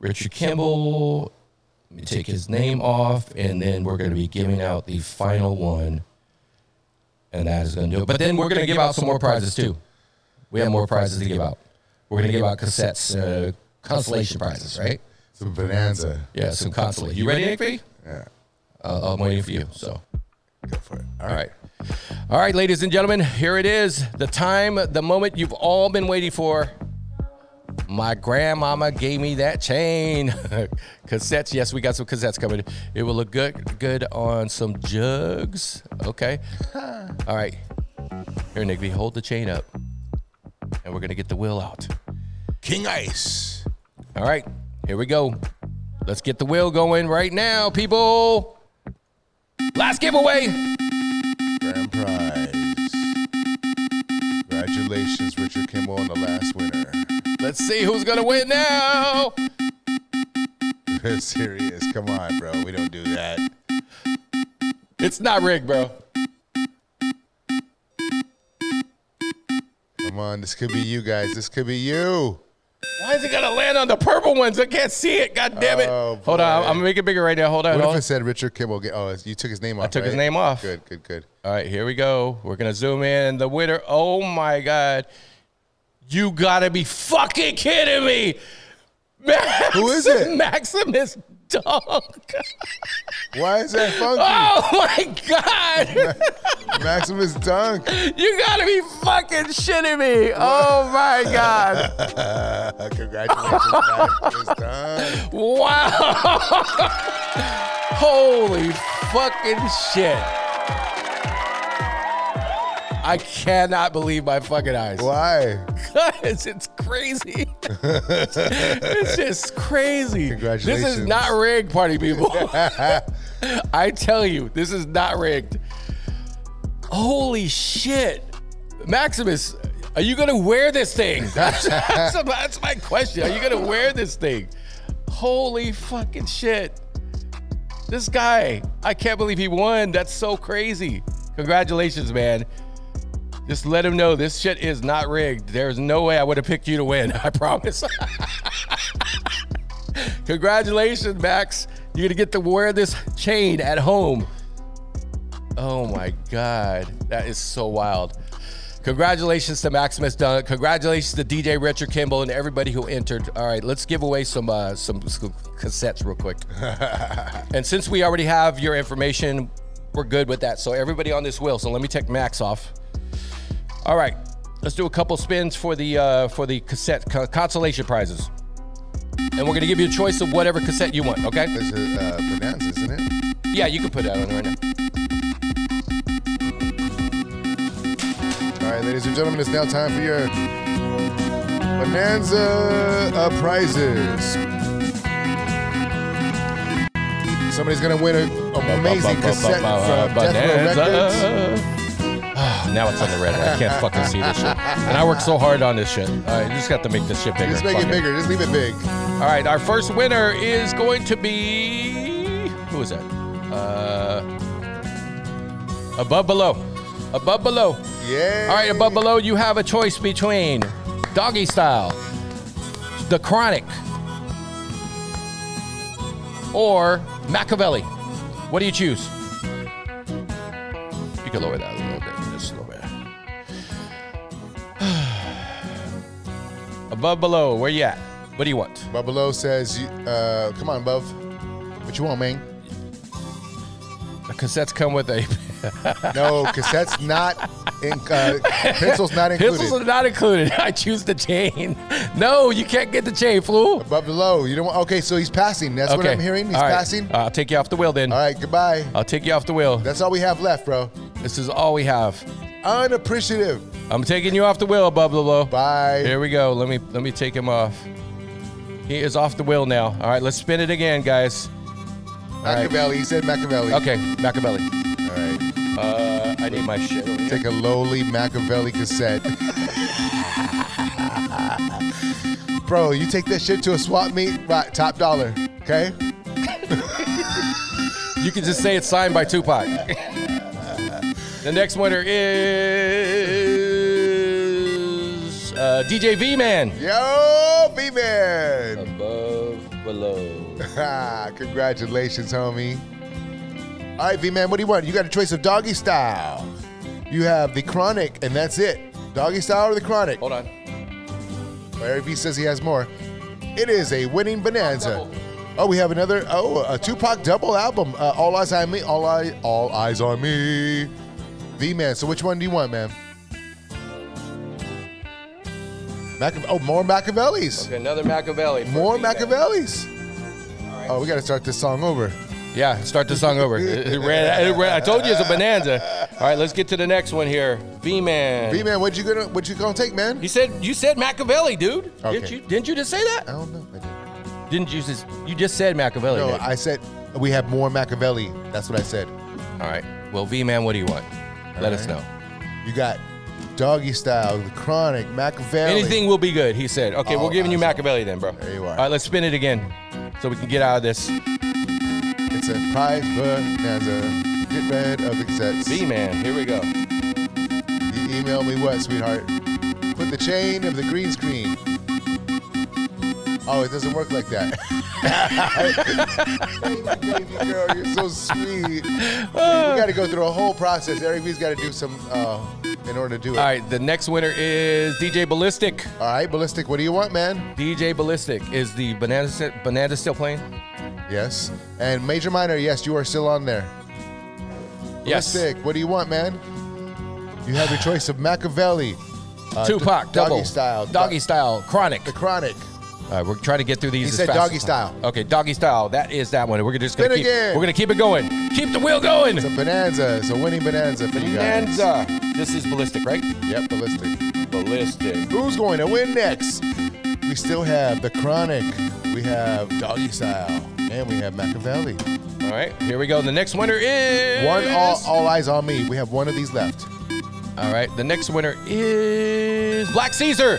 Richard Kimball. Let me take his name off, and then we're going to be giving out the final one. And that is going to do it. But then we're going to give out some more prizes, too. We have more prizes to give out. We're going to give out cassettes, uh, consolation prizes, right? Some bonanza. Yeah, some consolation. You ready, Nick V? Yeah. Uh, I'm waiting for you. So. Go for it. All All right. All right, ladies and gentlemen, here it is. The time, the moment you've all been waiting for. My grandmama gave me that chain. cassettes. Yes, we got some cassettes coming. It will look good good on some jugs. Okay. All right. Here, Nigby, hold the chain up. And we're gonna get the wheel out. King Ice. All right, here we go. Let's get the wheel going right now, people. Last giveaway. Grand prize. Congratulations. Congratulations, Richard Kimball, on the last winner. Let's see who's gonna win now. Serious. Come on, bro. We don't do that. It's not rigged, bro. Come on. This could be you guys. This could be you. Why is it gonna land on the purple ones? I can't see it. God damn it. Oh, Hold on. I'm, boy. I'm gonna make it bigger right now. Hold on. What hold if on. it said Richard Kimball? Ga- Oh, you took his name off. took his right? name off. Good, good, good. All right, here we go. We're gonna zoom in. The winner. Oh my god. You gotta be fucking kidding me. Max, Who is it? Maximus Dunk. Why is that funky? Oh my god. Maximus Dunk. you gotta be fucking shitting me. Oh my god. Ah, Congratulations, Maximus Dunk. Wow. Holy fucking shit. I cannot believe my fucking eyes. Why? Guys, it's crazy. it's just crazy. This is Congratulations. not rigged, party people. I tell you, this is not rigged. Holy shit. Maximus, are you going to wear this thing? That's, that's- that's my question. Are you going to wear this thing? Holy fucking shit. This guy, I can't believe he won. That's so crazy. Congratulations, man. Just let him know this shit is not rigged. There's no way I would have picked you to win. I promise. Congratulations, Max. You're gonna get to wear this chain at home. Oh my God. That is so wild. Congratulations to Maximus Dunn. Congratulations to DJ Richard Kimball and everybody who entered. All right, let's give away some uh, some s- cassettes real quick. and since we already have your information, we're good with that. So everybody on this wheel. So let me take Max off. All right, let's do a couple spins for the uh, for the cassette co- consolation prizes, and we're gonna give you a choice of whatever cassette you want. Okay? This is uh, Bonanza, isn't it? Yeah, you can put that on right now. All right, ladies and gentlemen, it's now time for your Bonanza uh, prizes. Somebody's gonna win an amazing cassette from Death Row Records. Now it's on the red. I can't fucking see this shit. And I work so hard on this shit. All right, you just got to make this shit bigger. Just make Fuck it bigger. Just leave it big. All right, our first winner is going to be who is that? Uh, above below, above below. Yeah. All right, above below, you have a choice between doggy style, the chronic, or Machiavelli. What do you choose? You can lower that a little bit. Just a little bit. above below, where you at? What do you want? Bubbalo says, you- uh, "Come on, Bub. What you want, man? The cassettes come with a No, cassette's not. In, uh, pencil's not included. pencils are not included. I choose the chain. No, you can't get the chain, fool. Buffalo, you don't want. Okay, so he's passing. That's what I'm hearing. He's All right. Uh, passing. I'll take you off the wheel then. All right, goodbye. I'll take you off the wheel. That's all we have left, bro. This is all we have. Unappreciative. I'm taking you off the wheel, Bubba Blow. Bye. Here we go. Let me let me take him off. He is off the wheel now. All right, let's spin it again, guys. Machiavelli. He said Machiavelli. Okay, Machiavelli. All right. Uh, I need my shit. over here. Take a lowly Machiavelli cassette. bro, you take that shit to a swap meet, right, top dollar. Okay. You can just say it's signed by Tupac. the next winner is uh, DJ V Man. Yo, B man. Above, below. Congratulations, homie. All right, V man, what do you want? You got a choice of doggy style. You have the chronic, and that's it. Doggy style or the chronic? Hold on. Larry V says he has more. It is a winning bonanza. Double. Oh, we have another. Oh, a Tupac double album. Uh, all eyes on me. All eye. All eyes on me. V man. So which one do you want, man? Machiave- oh, more Machiavellis. Okay, another Machiavelli. for More V-Man. Machiavellis. Oh, we got to start this song over. Yeah, start the song over. It- it ran- it ran- I told you it's a bonanza. All right, let's get to the next one here. V Man. V man, what you gonna what you gonna take, man? You said you said Machiavelli, dude. Didn't Okay. you? Didn't you just say I that? don't know. I didn't. Didn't you just? You just said Machiavelli. No, Nick. I said we have more Machiavelli. That's what I said. All right. Well, V Man, what do you want? Let us know. You got Doggy Style, The Chronic, Machiavelli. Anything will be good, he said. Okay, Oh, we're giving you awesome. Machiavelli then, bro. There you are. All right, let's spin it again so we can get out of this. It's a prize bonanza. Get rid of the sets. B man, here we go. You email me what, sweetheart? Put the chain of the green screen. Oh, it doesn't work like that. Baby girl, you're so sweet. We got to go through a whole process. Eric B's got to do some uh, in order to do it. All right, the next winner is DJ Ballistic. All right, ballistic. What do you want, man? DJ Ballistic is the banana banana still playing? Yes. And major minor. Yes, you are still on there. Yes. Ballistic. What do you want, man? You have your choice of Machiavelli, uh, Tupac, d- double. doggy style, Doggy style, chronic. the chronic. All right, we're trying to get through these. He as said fast doggy as- style. Okay, doggy style. That is that one. We're just gonna Spin keep. again. We're gonna keep it going. Keep the wheel going. It's a bonanza. It's a winning bonanza for you guys. Bonanza. This is ballistic, right? Yep, ballistic. Ballistic. Who's going to win next? We still have the chronic. We have doggy style, and we have Machiavelli. All right, here we go. The next winner is One all, all eyes on me. We have one of these left. all right, the next winner is Black Caesar.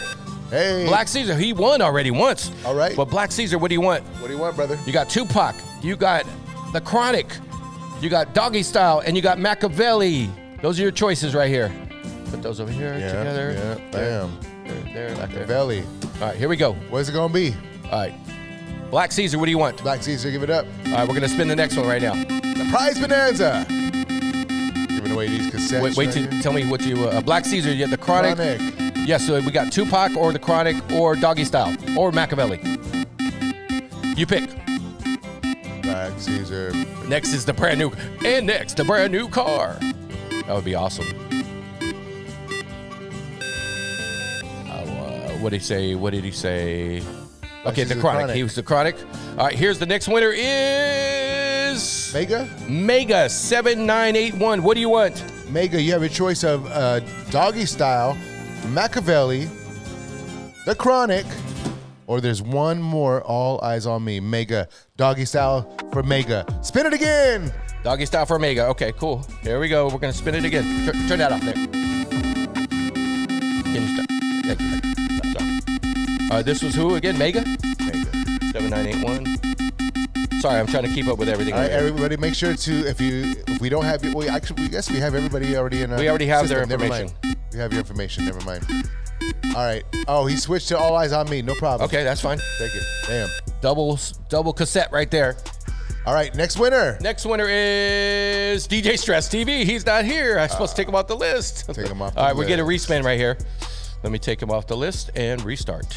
Hey, Black Caesar. He won already once. All right. But Black Caesar, what do you want? What do you want, brother? You got Tupac. You got the Chronic. You got Doggy Style, and you got Machiavelli. Those are your choices right here. Put those over here Yeah, together. yeah, bam. There, there, there. Machiavelli. All right, here we go. What's it gonna be? All right. Black Caesar, what do you want? All Black Caesar, give it up. right, we're gonna spin the next one right now. The prize bonanza. Giving away these cassettes. Wait, wait to right here. tell me what you. Uh, Black Caesar, you got the Chronic. chronic. Yeah, so we got Tupac or the Chronic or Doggy Style or Machiavelli. You pick. Black Caesar. Next is the brand new, and next the brand new car. That would be awesome. Uh, what did he say? What did he say? Okay, he's the the chronic. Chronic. He was the chronic. All right, here's the next winner is Mega. Mega seven nine eight one. What do you want? Mega, you have a choice of uh, Doggy Style, Machiavelli, The Chronic, or there's one more, All Eyes on Me. Mega, Doggy Style for Mega. Spin it again. Doggy style for Mega. Okay, cool. Here we go. We're gonna spin it again. Tur- turn that off there. Can you stop? Thank you. All right, Uh, this was who again? Mega. Mega. Seven nine eight one. Sorry, I'm trying to keep up with everything. All right, right now. everybody, make sure to if you if we don't have you, well, actually, we guess we have everybody already in. Our We already have their system. Never mind. We have your information. Never mind. All right. Oh, he switched to All Eyes on Me. No problem. Okay, that's fine. Take it. Damn. Double double cassette right there. All right. Next winner. Next winner is DJ Stress TV. He's not here. I'm supposed to take him off the list. Take him off All the right, we're getting a list. respin right here. Let me take him off the list and restart.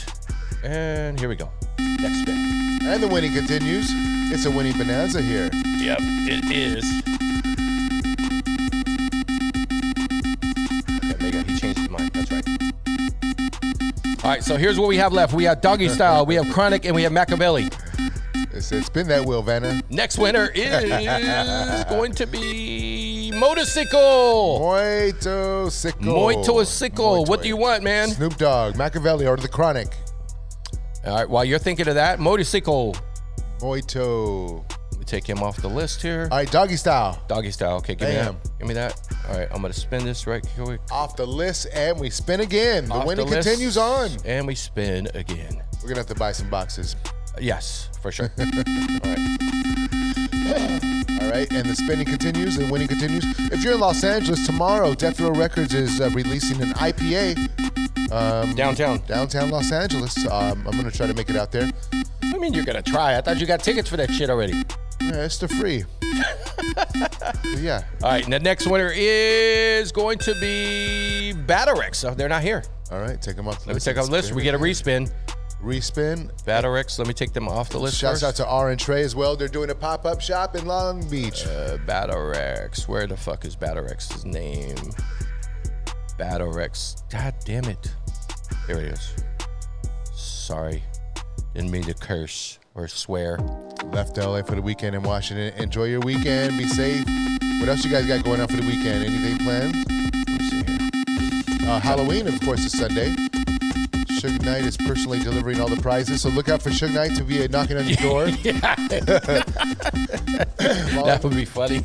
And here we go. Next spin. And the winning continues. It's a winning bonanza here. Yep, it is. Okay, Mega, he changed his mind. That's right. All right, so here's what we have left. We have Doggy Style, we have Chronic, and we have Machiavelli. It said, spin that wheel, Vanna. Next winner is going to be Motorcycle. Moito Sicko. Motorcycle. What do you want, man? Snoop Dogg, Machiavelli, or the Chronic? All right, while you're thinking of that, Motorcycle. Moito. All Let me take him off the list here. right, doggy style. Doggy style. Okay, give me Bam. that. Give me that. All right, I'm going to spin this right quick. Off the list, and we spin again. The Off winning list. continues on. And we spin again. Uh, We're gonna have to buy some boxes. Yes, for sure. All right, and the spinning continues, and winning continues. If you're in Los Angeles tomorrow, Death Row Records is uh, releasing an IPA Downtown. downtown Los Angeles. Um, I'm gonna try to make it out there. I mean, you're going to try. I thought you got tickets for that shit already. Yeah, it's the free. But yeah, All right, and the next winner is going to be Batarex. Oh, they're not here. all right, take them off. the Let me list. take off the list. We get a respin. respin. Batarex, let me take them off the list Shouts first. out to R and Trey as well. They're doing a pop up shop in Long Beach. Uh, Battlerex. Where the fuck is Batterex's name? Battlerex. God damn it. Here it is. Sorry. Didn't mean to curse or swear. Left LA for the weekend in Washington. Enjoy your weekend. Be safe. What else you guys got going on for the weekend? Anything planned? Let me see here. Uh, Halloween, of course, is Sunday. Suge Knight is personally delivering all the prizes, so look out for Suge Knight to be uh, knocking on your door. That would be funny.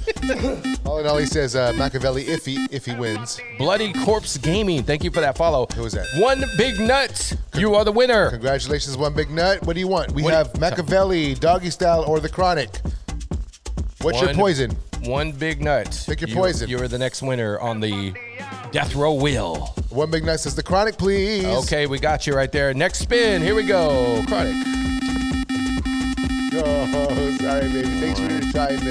All in all, he says uh, Machiavelli if he if he wins. Bloody Corpse Gaming. Thank you for that follow. Who was that? One Big Nut. You are the winner. Congratulations, one big nut. What do you want? We What do you- have Machiavelli, Doggy Style, or the Chronic. What's your One- poison? One Big Nut. Pick your You- poison. You are the next winner on the Death Row Wheel. One big nut says the Chronic, please. Okay, we got you right there. Next spin. Here we go. Chronic. Oh, sorry, baby. Thanks for trying to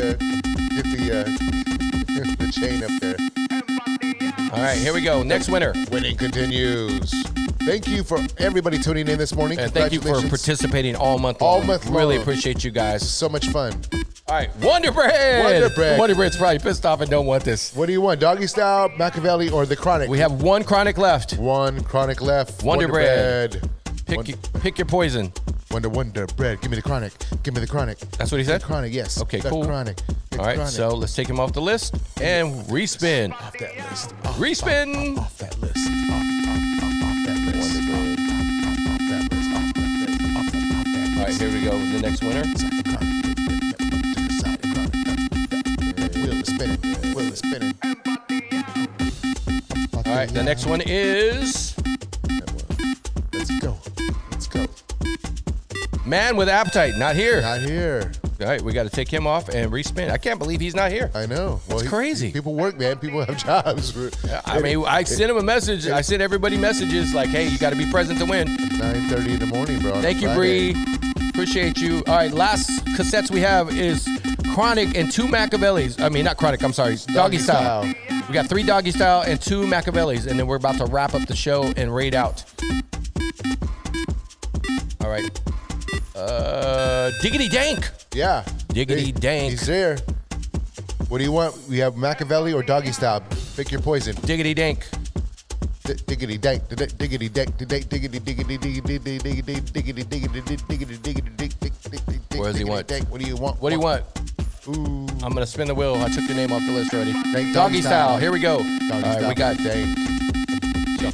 get the uh, the chain up there. All right, here we go. Next winner. Winning continues. Thank you for everybody tuning in this morning. And thank you for Congratulations. participating all month All long. month Really long. appreciate you guys. So much fun. All right, Wonder Bread. Wonder Bread. Wonder Bread's probably pissed off and don't want this. What do you want, Doggy Style, Machiavelli, or the Chronic? We have one Chronic left. one Chronic left. Wonder Bread. Pick, Pick pick your poison. Wonder Wonder Bread. Give me the Chronic. Give me the Chronic. That's what he said? The Chronic. Yes. Okay, the cool. Chronic. The All right, Chronic. so let's take him off the list and respin. off that list. Off, Respin. Off, off that list. Off, off, off, off that list. Off, off, off that list. Off, off that list. Off, off, off that list. All right, here we go with the next winner. All right, the next one is Let's go. Let's go. Man with Appetite. Not here. Not here. All right, we got to take him off and respin. I can't believe he's not here. I know. Well, he- crazy. People work, man. People have jobs. I mean, I sent him a message. I sent everybody messages like, "Hey, you got to be present to win." nine thirty in the morning, bro. on Thank you, Friday. Bree. Appreciate you. All right, last cassettes we have is Chronic and two Machiavellis. I mean, not Chronic. I'm sorry, Doggy, Doggy style. Style. We got three Doggy Style and two Machiavellis, and then we're about to wrap up the show and raid out. All right. Uh, Diggity Dank. Yeah. Diggity He- dank. He's there. What do you want? We have Machiavelli or Doggy Style. Pick your poison. Diggity Dank. D- diggity dank, d- d- diggity dank, d- d- diggity diggity diggity diggity diggity diggity diggity dig- diggity diggity dig- dig- dig- dig- dig- What does he diggity want? dank. What do you want? What do you want? Ooh, I'm gonna spin the wheel. I took your name off the list already. Dank, Doggy, doggy style. style. Here we go. All doggy right, style. we got dank.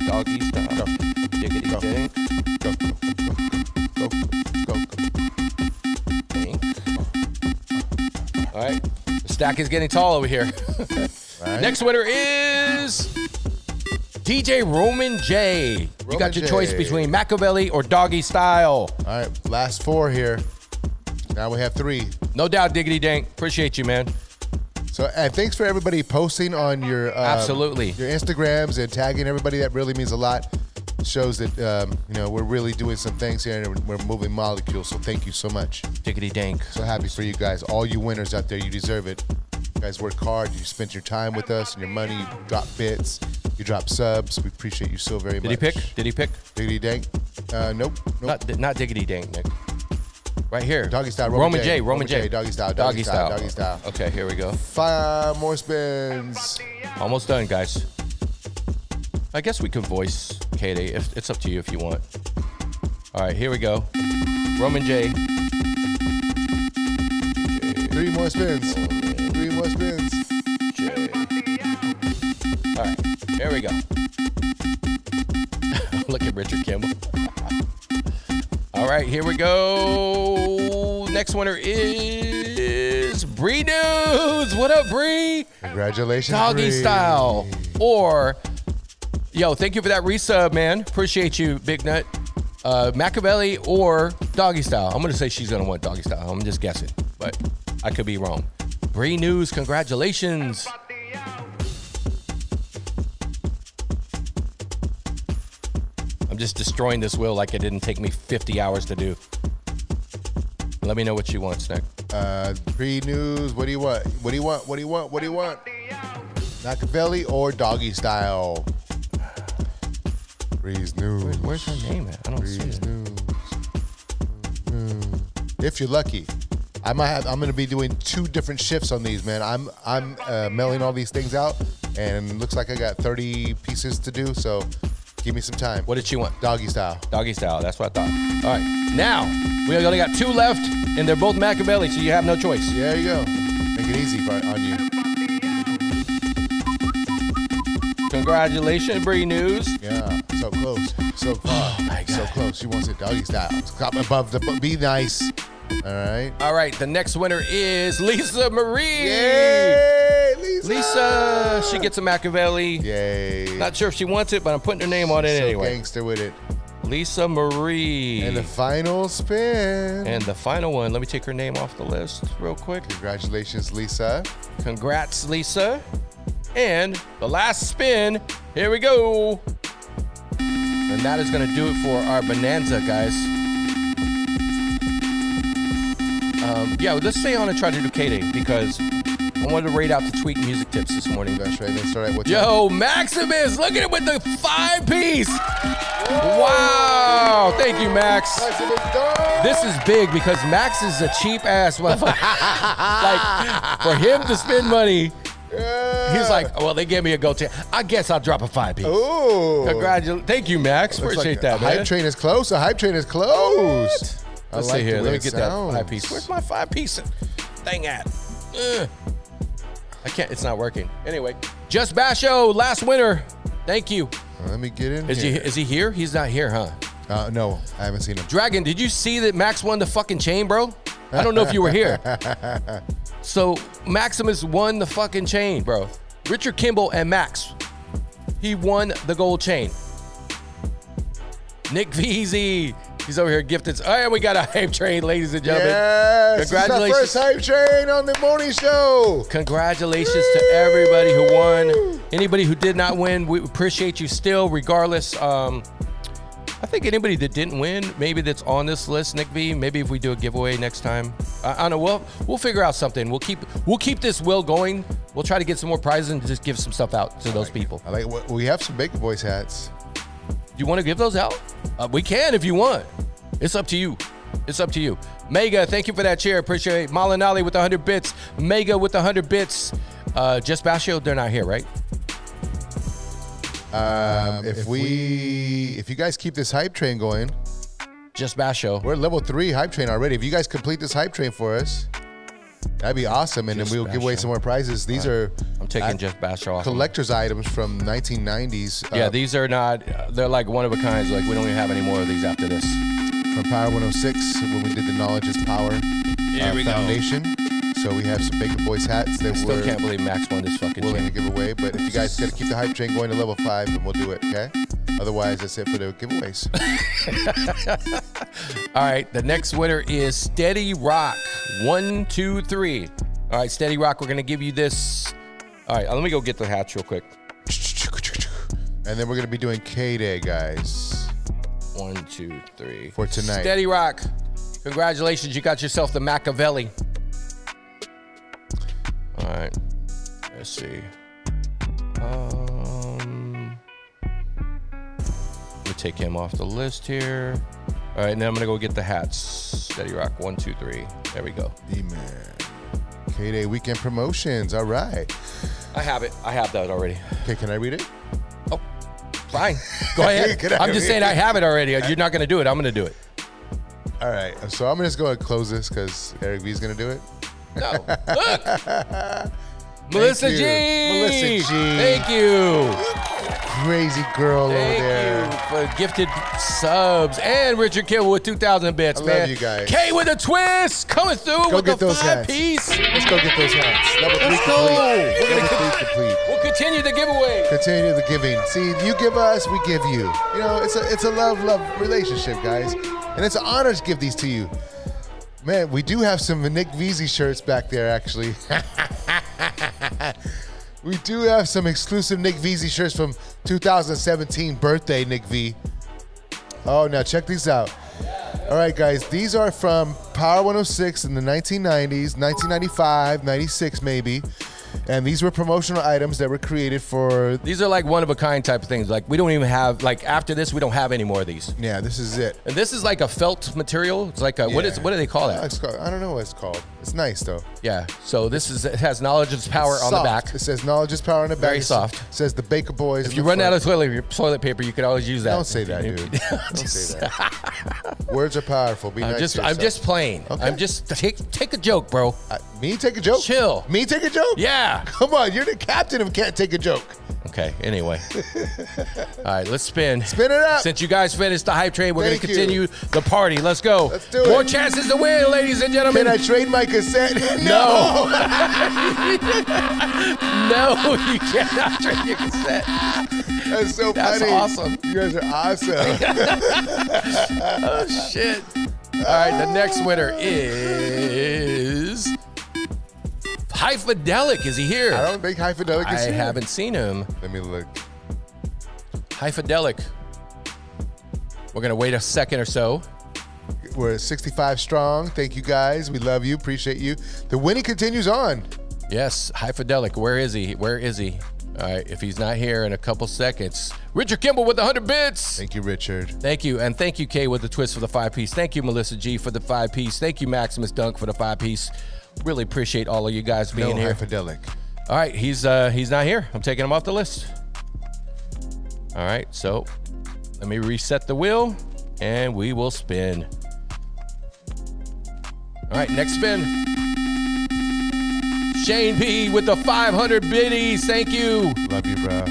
Doggy style. Diggity Go. Dank. Go, go, go, go, go, go. All right. The stack is getting tall over here. Right. Next winner is DJ Roman J. you Roman got your choice J. between Machiavelli or Doggy Style. All right, last four here. Now we have three. No doubt, Diggity Dank. Appreciate you, man. So, and thanks for everybody posting on your um, Absolutely. your Instagrams and tagging everybody. That really means a lot. Shows that um, you know we're really doing some things here and we're moving molecules. So, thank you so much. Diggity Dank. So happy for you guys, all you winners out there. You deserve it. You guys work hard. You spent your time with us and your money. You drop bits. You drop subs. We appreciate you so very Did much. he pick? Did he pick? Diggity dank. Uh, nope. nope. Not, not Diggity Dank, Nick. Right here. Doggy style, Roman Roman, J. J. Roman, Roman J. J, doggy style, doggy style, doggy style. Okay, here we go. Five more spins. Almost done, guys. I guess we could voice Katie. If it's up to you if you want. All right, here we go. Roman J. Three more spins. Three more spins. J. All right, here we go. Look at Richard Kimball. All right, here we go. Next winner is Bree News. What up, Bree? Congratulations. Doggy Bree. style. Or, yo, thank you for that resub, man. Appreciate you, Big Nut. Uh, Machiavelli or Doggy Style. I'm going to say she's going to want Doggy Style. I'm just guessing, but I could be wrong. Bree News, congratulations. I'm just destroying this wheel like it didn't take me 50 hours to do. Let me know what she wants, Nick. Uh, pre news. What do you want? What do you want? What do you want? What do you want? Machiavelli or doggy style? Breeze news. Where's her name at? I don't see Breeze it. news. Mm. If you're lucky, I might have. I'm gonna be doing two different shifts on these, man. I'm I'm uh, mailing all these things out, and looks like I got 30 pieces to do. So, give me some time. What did she want? doggy style? Doggy style. That's what I thought. All right. Now, we only got two left, and they're both Machiavelli, so you have no choice. There you go. Make it easy for, on you. Congratulations, Bree News. Yeah. So so close, so far, so close. She wants it doggy style. Stop above the. Be nice. All right. All right, the next winner is Lisa Marie. Yay, Lisa. Lisa, she gets a Machiavelli. Yay. Not sure if she wants it, but I'm putting her name on it so anyway. gangster with it. Lisa Marie. And the final spin. And the final one, let me take her name off the list real quick. Congratulations, Lisa. Congrats, Lisa. And the last spin, here we go. And that is going to do it for our bonanza, guys. Um, yeah, let's stay on and try to do K Day because I wanted to rate out the tweak music tips this morning. That's right. Let's start at what time? Yo, Maximus, look at it with the five piece. Wow. Thank you, Max. Maximus Dog. This is big because Max is a cheap ass motherfucker. like for him to spend money, Yeah. he's like, well, they gave me a go to. I guess I'll drop a five piece. Ooh. Congratulations. Thank you, Max. Looks Oh. Appreciate like that, the man. Hype train is close. The hype train is close. What? I Let's like see the here. way Let me it get that five piece. sounds. Where's my five piece thing at? Ugh. I can't. It's not working. Anyway, just Basho, last winner. Thank you. Let me get in Is here. he is he here? He's not here, huh? Uh, no, I haven't seen him. Dragon, did you see that Max won the fucking chain, bro? I don't know if you were here. so Maximus won the fucking chain, bro. Richard Kimball and Max. He won the gold chain. Nick Veezy. He's over here gifted. All right, we got a hype train, ladies and gentlemen. Yes, it's our Congratulations. first hype train on the morning show. Congratulations to everybody who won. Anybody who did not win, we appreciate you still, regardless. Um, I think anybody that didn't win, maybe that's on this list, Nick V. Maybe if we do a giveaway next time, I, I don't know. We'll we'll figure out something. We'll keep we'll keep this will going. We'll try to get some more prizes and just give some stuff out to those people. I like. we- We have some Baker Boys hats. Do you want to give those out? Uh, we can if you want. It's up to you. It's up to you. Mega, thank you for that chair. Appreciate it. Malinali with 100 bits. Mega with 100 bits. Uh, Just Basho, they're not here, right? Um, if, we, if you guys keep this hype train going, Just Basho. we're at level three hype train already. If you guys complete this hype train for us, that'd be awesome, and Just then we'll give bash away it. some more prizes. These are I'm taking ac- Jeff Basho off. collector's items from 1990s. yeah, uh, these are not. They're like one of a kinds. Like we don't even have any more of these after this. from Power 106 when we did the Knowledge is Power uh, Foundation. So we have some Baker Boys hats that Still we're can't believe Max won this fucking willing to chain. give away. But if you guys got to keep the hype train going to level five, then we'll do it. Okay. Otherwise, that's it for the giveaways. All right, the next winner is Steady Rock. One, two, three. All right, Steady Rock, we're gonna give you this. All right, uh, let me go get the hats real quick. and then we're gonna be doing K Day, guys. One, two, three. For tonight. Steady Rock, congratulations. You got yourself the Machiavelli. All right. Let's see. Um, let me take him off the list here. All right, now I'm going to go get the hats. Steady Rock, one, two, three. There we go. Amen. K Day weekend promotions. All right. I have it. I have that already. Okay, can I read it? Fine. Go ahead. Can I I'm just read saying it? I have it already. You're not going to do it. I'm going to do it. All right. So I'm just gonna close this because Eric V's gonna do it. No. Look. Melissa you. G. Melissa G. Thank you. Crazy girl Thank over there. you for gifted subs and Richard Kimball with 2,000 bits, I love man. you guys. K with a twist coming through Go with get the those hats. five piece. Let's go get those hats. Level three Let's complete. go. We're gonna Level three complete. We'll continue the giveaway. Continue the giving. See, you give us, we give you. You know, it's a it's a love love relationship, guys, and it's an honor to give these to you. Man, we do have some Nick Veezy shirts back there, actually. we do have some exclusive Nick Veezy shirts from 2017 birthday, Nick V. Oh, now check these out. All right, guys, these are from Power 106 in the 1990s, 1995, 96 maybe. And these were promotional items that were created for These are like one of a kind type of things. Like we don't even have like after this we don't have any more of these. Yeah, this is it. And this is like a felt material. It's like a, what Yeah. is what do they call Uh, that? it's called- I don't know what it's called. It's nice though. Yeah. So this is it has knowledge is power on the Soft. back. It says knowledge is power on the back. Very It s- soft. says the Baker Boys. If you run out of toilet toilet paper, you could always use that. don't say that, dude. Don't say that. Words are powerful. Be I'm nice just to I'm yourself. just playing. Okay. I'm just take take a joke, bro. I- me take a joke. Chill. Me take a joke. Yeah. Come on, you're the captain of can't take a joke. Okay. Anyway. All right. Let's spin. Spin it up. Since you guys finished the hype train, we're going to Thank you. continue the party. Let's go. Let's do it. More chances to win, ladies and gentlemen. Can I trade my cassette? No. no, you cannot trade your cassette. That's so That's funny. awesome. You guys are awesome. Oh shit. All right, the next winner is Hyphadelic. Is he here? I don't think Hyphadelic I is here. haven't seen him. Let me look. Hyphadelic. We're gonna wait a second or so. We're at 65 strong. Thank you guys. We love you. Appreciate you. The winning continues on. Yes, Hyphadelic. Where is he? Where is he? All right, if he's not here in a couple seconds, Richard Kimball with 100 bits. Thank you, Richard. Thank you. And thank you, Kay, with the twist for the five piece. Thank you, Melissa G, for the five piece. Thank you, Maximus Dunk, for the five piece. Really appreciate all of you guys being No here. Hyphadelic. All right, he's uh he's not here. I'm taking him off the list. All right, so let me reset the wheel and we will spin. All right, next spin. Shane P with the 500 biddies. Thank you. Love you, bro.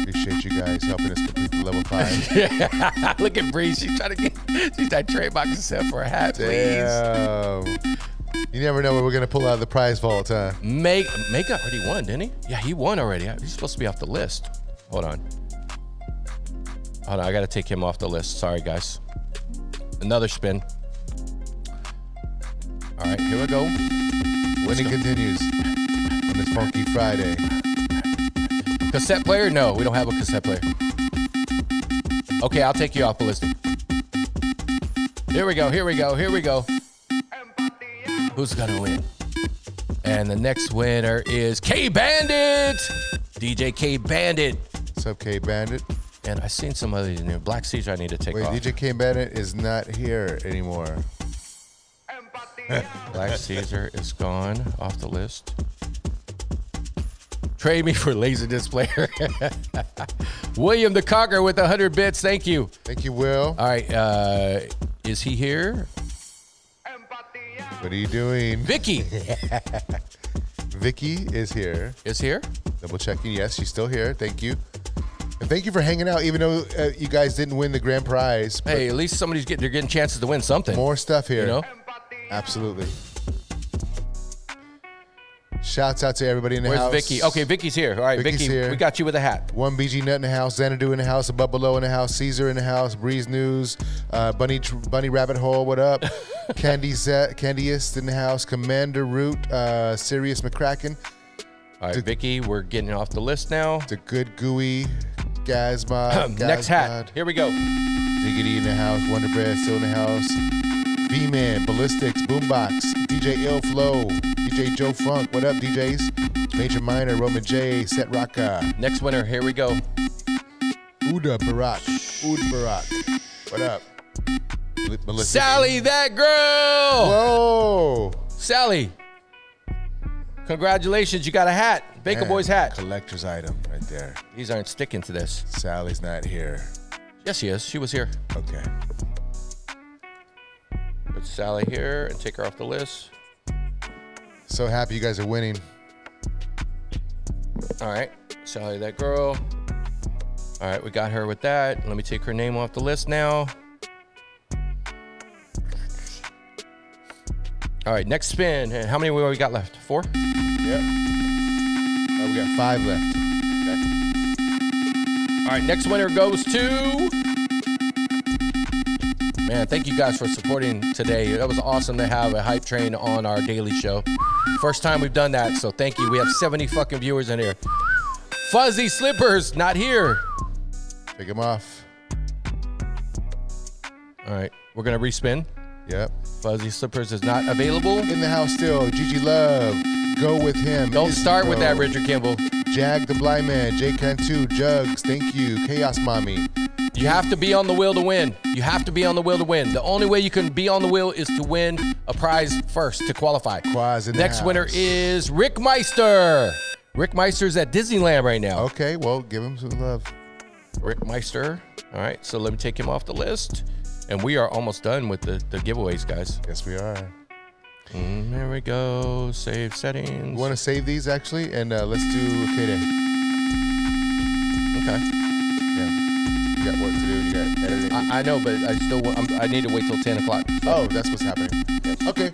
Appreciate you guys helping us complete the level five. Look at Bree. She's trying to get she's that trademark herself for a hat, please. Damn. You never know what we're gonna pull out of the prize vault, huh? Make Makeup already won, didn't he? Yeah, he won already. He's supposed to be off the list. Hold on. Hold on, I gotta take him off the list. Sorry, guys. Another spin. All right, here we go. Winning continues on this funky Friday. Cassette player? No, we don't have a cassette player. Okay, I'll take you off the list. Here we go, here we go, here we go. Who's gonna win? And the next winner is K Bandit! DJ K Bandit. What's up, K Bandit? And I seen some other new Black Caesar I need to take Wait, off. DJ K Bandit is not here anymore. Black Caesar is gone off the list. Trade me for laser displayer. William the Conqueror with 100 bits. Thank you. Thank you, Will. All right. Uh, is he here? What are you doing? Vicky Vicky is here. is here. Double checking. Yes, she's still here. Thank you. And thank you for hanging out, even though uh, you guys didn't win the grand prize. Hey, at least somebody's getting, they're getting chances to win something. More stuff here. you know? Absolutely. Shouts out to everybody in the Where's house. Vicky? Okay, Vicky's here. All right, Vicky's Vicky, here. we got you with a hat. One BG Nut in the house, Xanadu in the house, Above Below in the house, Caesar in the house, Breeze News, uh, Bunny Tr- Bunny Rabbit Hole, what up? Candy Zet, Candyist in the house, Commander Root, uh, Sirius McCracken, All right, Vicky, we're getting off the list now. the Good Gooey, Gazmod, Next hat. Gazmod, Here we go. Diggity in the house, Wonder Bread still in the house, B Man, Ballistics, Boombox, DJ Ill Flow, DJ Joe Funk, what up, DJs? Major Minor, Roman J, Set Rocka. Next winner. Here we go. Uda Barak. Uda Barak. What up? Mel- Melissa. Sally, that girl. Whoa. Sally, congratulations, you got a hat. Baker Man, Boy's hat. Collector's item right there. These aren't sticking to this. Sally's not here. Yes, she is. She was here. Okay. Put Sally here and take her off the list. So happy you guys are winning. All right. Sally, that girl. All right, we got her with that. Let me take her name off the list now. All right, next spin. And How many we we got left? Four? Yep. Oh, we got five left. All right, next winner goes to. Man, thank you guys for supporting today. That was awesome to have a hype train on our daily show. First time we've done that, so thank you. We have 70 fucking viewers in here. Fuzzy Slippers, not here. Take them off. All right, we're gonna respin. Yep. Fuzzy Slippers is not available. In the house still. Gigi Love. Go with him. Don't start with that, Israel. Richard Kimball. Jag the Blind Man. J Cantu. Jugs. Thank you. Chaos Mommy. You have to be on the wheel to win. You have to be on the wheel to win. The only way you can be on the wheel is to win a prize first to qualify. Quaz in the Next winner house. is Rick Meister. Rick Meister's at Disneyland right now. Okay, well, give him some love. Rick Meister. All right, so let me take him off the list. And we are almost done with the, the giveaways, guys. Yes, we are. Mm, There we go. Save settings. You want to save these actually, and uh, let's do K Day. Okay. Yeah. You got work to do. You got editing. I, I know, but I still want, I'm, I need to wait till 10 o'clock. oh, that's what's happening. Okay.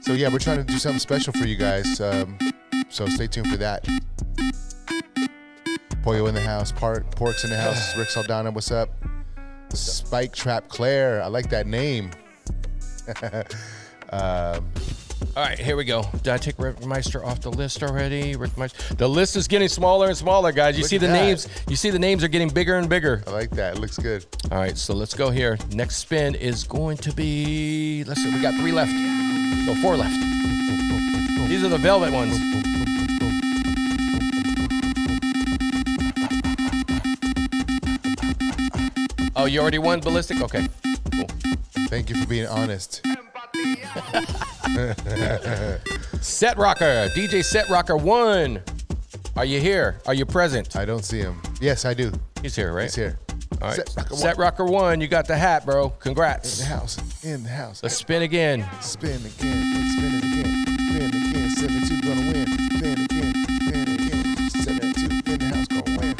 So yeah, we're trying to do something special for you guys. Um, so stay tuned for that. Pollo in the house. Park. Pork's in the house. Rick Saldana, what's up? Spike Trap Claire. I like that name. All right, here we go. Did I take Rick Meister off the list already? Rick Meister. The list is getting smaller and smaller, guys. You Look see at the that. names. You see the names are getting bigger and bigger. I like that. It looks good. All right, so let's go here. Next spin is going to be. Let's see, we got three left. No, four left. These are the velvet ones. Oh, you already won ballistic. Okay, cool. Thank you for being honest. Set rocker, DJ set rocker one. Are you here? Are you present? I don't see him. Yes, I do. He's here, right? He's here. All right. Set rocker one. Set rocker one. You got the hat, bro. Congrats. In the house. In the house. Let's spin again. Spin again, spin it again, spin again, 72 gonna win, spin again, spin again, 72 in the house gonna win.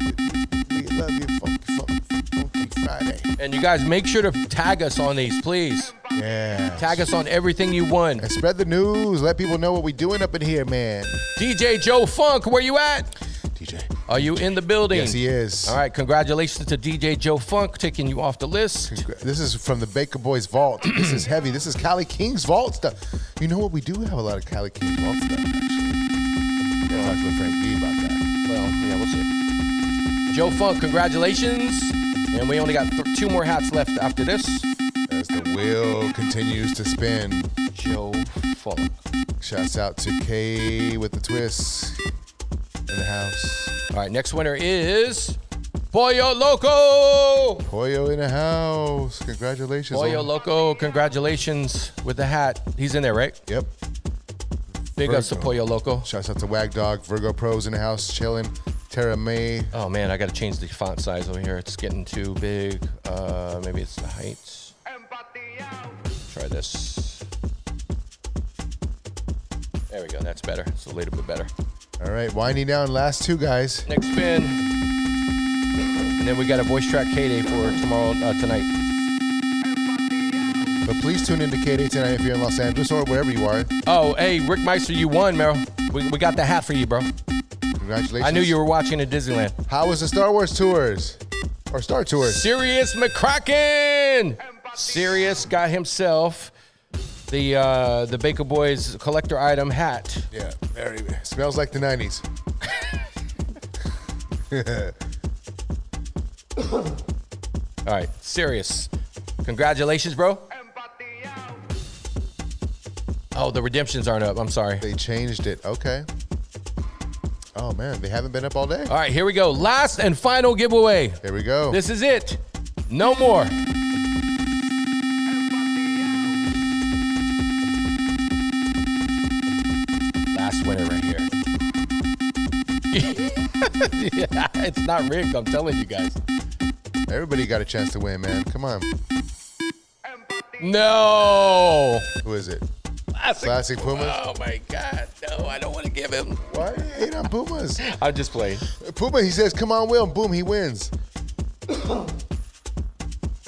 We, we- we love you, funky, funky, funky Friday. And you guys make sure to tag us on these, please. Yeah. Tag us on everything you won. And spread the news. Let people know what we doing up in here, man. DJ Joe Funk, where you at? DJ. Are you in the building? Yes, he is. All right, congratulations to DJ Joe Funk taking you off the list. This is from the Baker Boys vault. this is heavy. This is Cali King's vault stuff. You know what? We do have a lot of Cali King's vault stuff, actually. We're gonna talk to Frank D about that. Well, yeah, we'll see. Joe Funk, congratulations. And we only got th- two more hats left after this. As the wheel continues to spin. Joe Funk. Shouts out to K with the twist in the house. All right, next winner is Pollo Loco. Pollo in the house. Congratulations. Pollo on- Loco, congratulations with the hat. He's in there, right? Yep. Big ups to Virgo. Pollo Loco. Shouts out to Wag Dog, Virgo Pros in the house, chilling. Tara May. Oh man, I gotta change the font size over here. It's getting too big. Uh, maybe it's the height. Try this. There we go. That's better. It's a little bit better. All right, winding down. Last two guys. Next spin, and then we got a voice track K Day for tomorrow uh, tonight. But please tune in to K Day tonight if you're in Los Angeles or wherever you are. Oh, hey, Rick Meister, you won, Meryl. We, we got the hat for you, bro. Congratulations. I knew you were watching at Disneyland. How was the Star Wars tours? Or Star Tours? Sirius McCracken. Sirius got himself the uh, the Baker Boys collector item hat. Yeah, very. Smells like the 90s. All right, Sirius. Congratulations, bro. Oh, the redemptions aren't up. I'm sorry. They changed it. Okay. Oh, man. They haven't been up all day. All right, here we go. Last and final giveaway. Here we go. This is it. No more. Last winner right here. yeah, it's not rigged, I'm telling you guys. Everybody got a chance to win, man. Come on. No. Who is it? Classic. Classic Pumas? Oh my God. No, I don't want to give him. Why are you hating on Pumas? I'm just playing. Puma, he says, come on, Will. and Boom, he wins.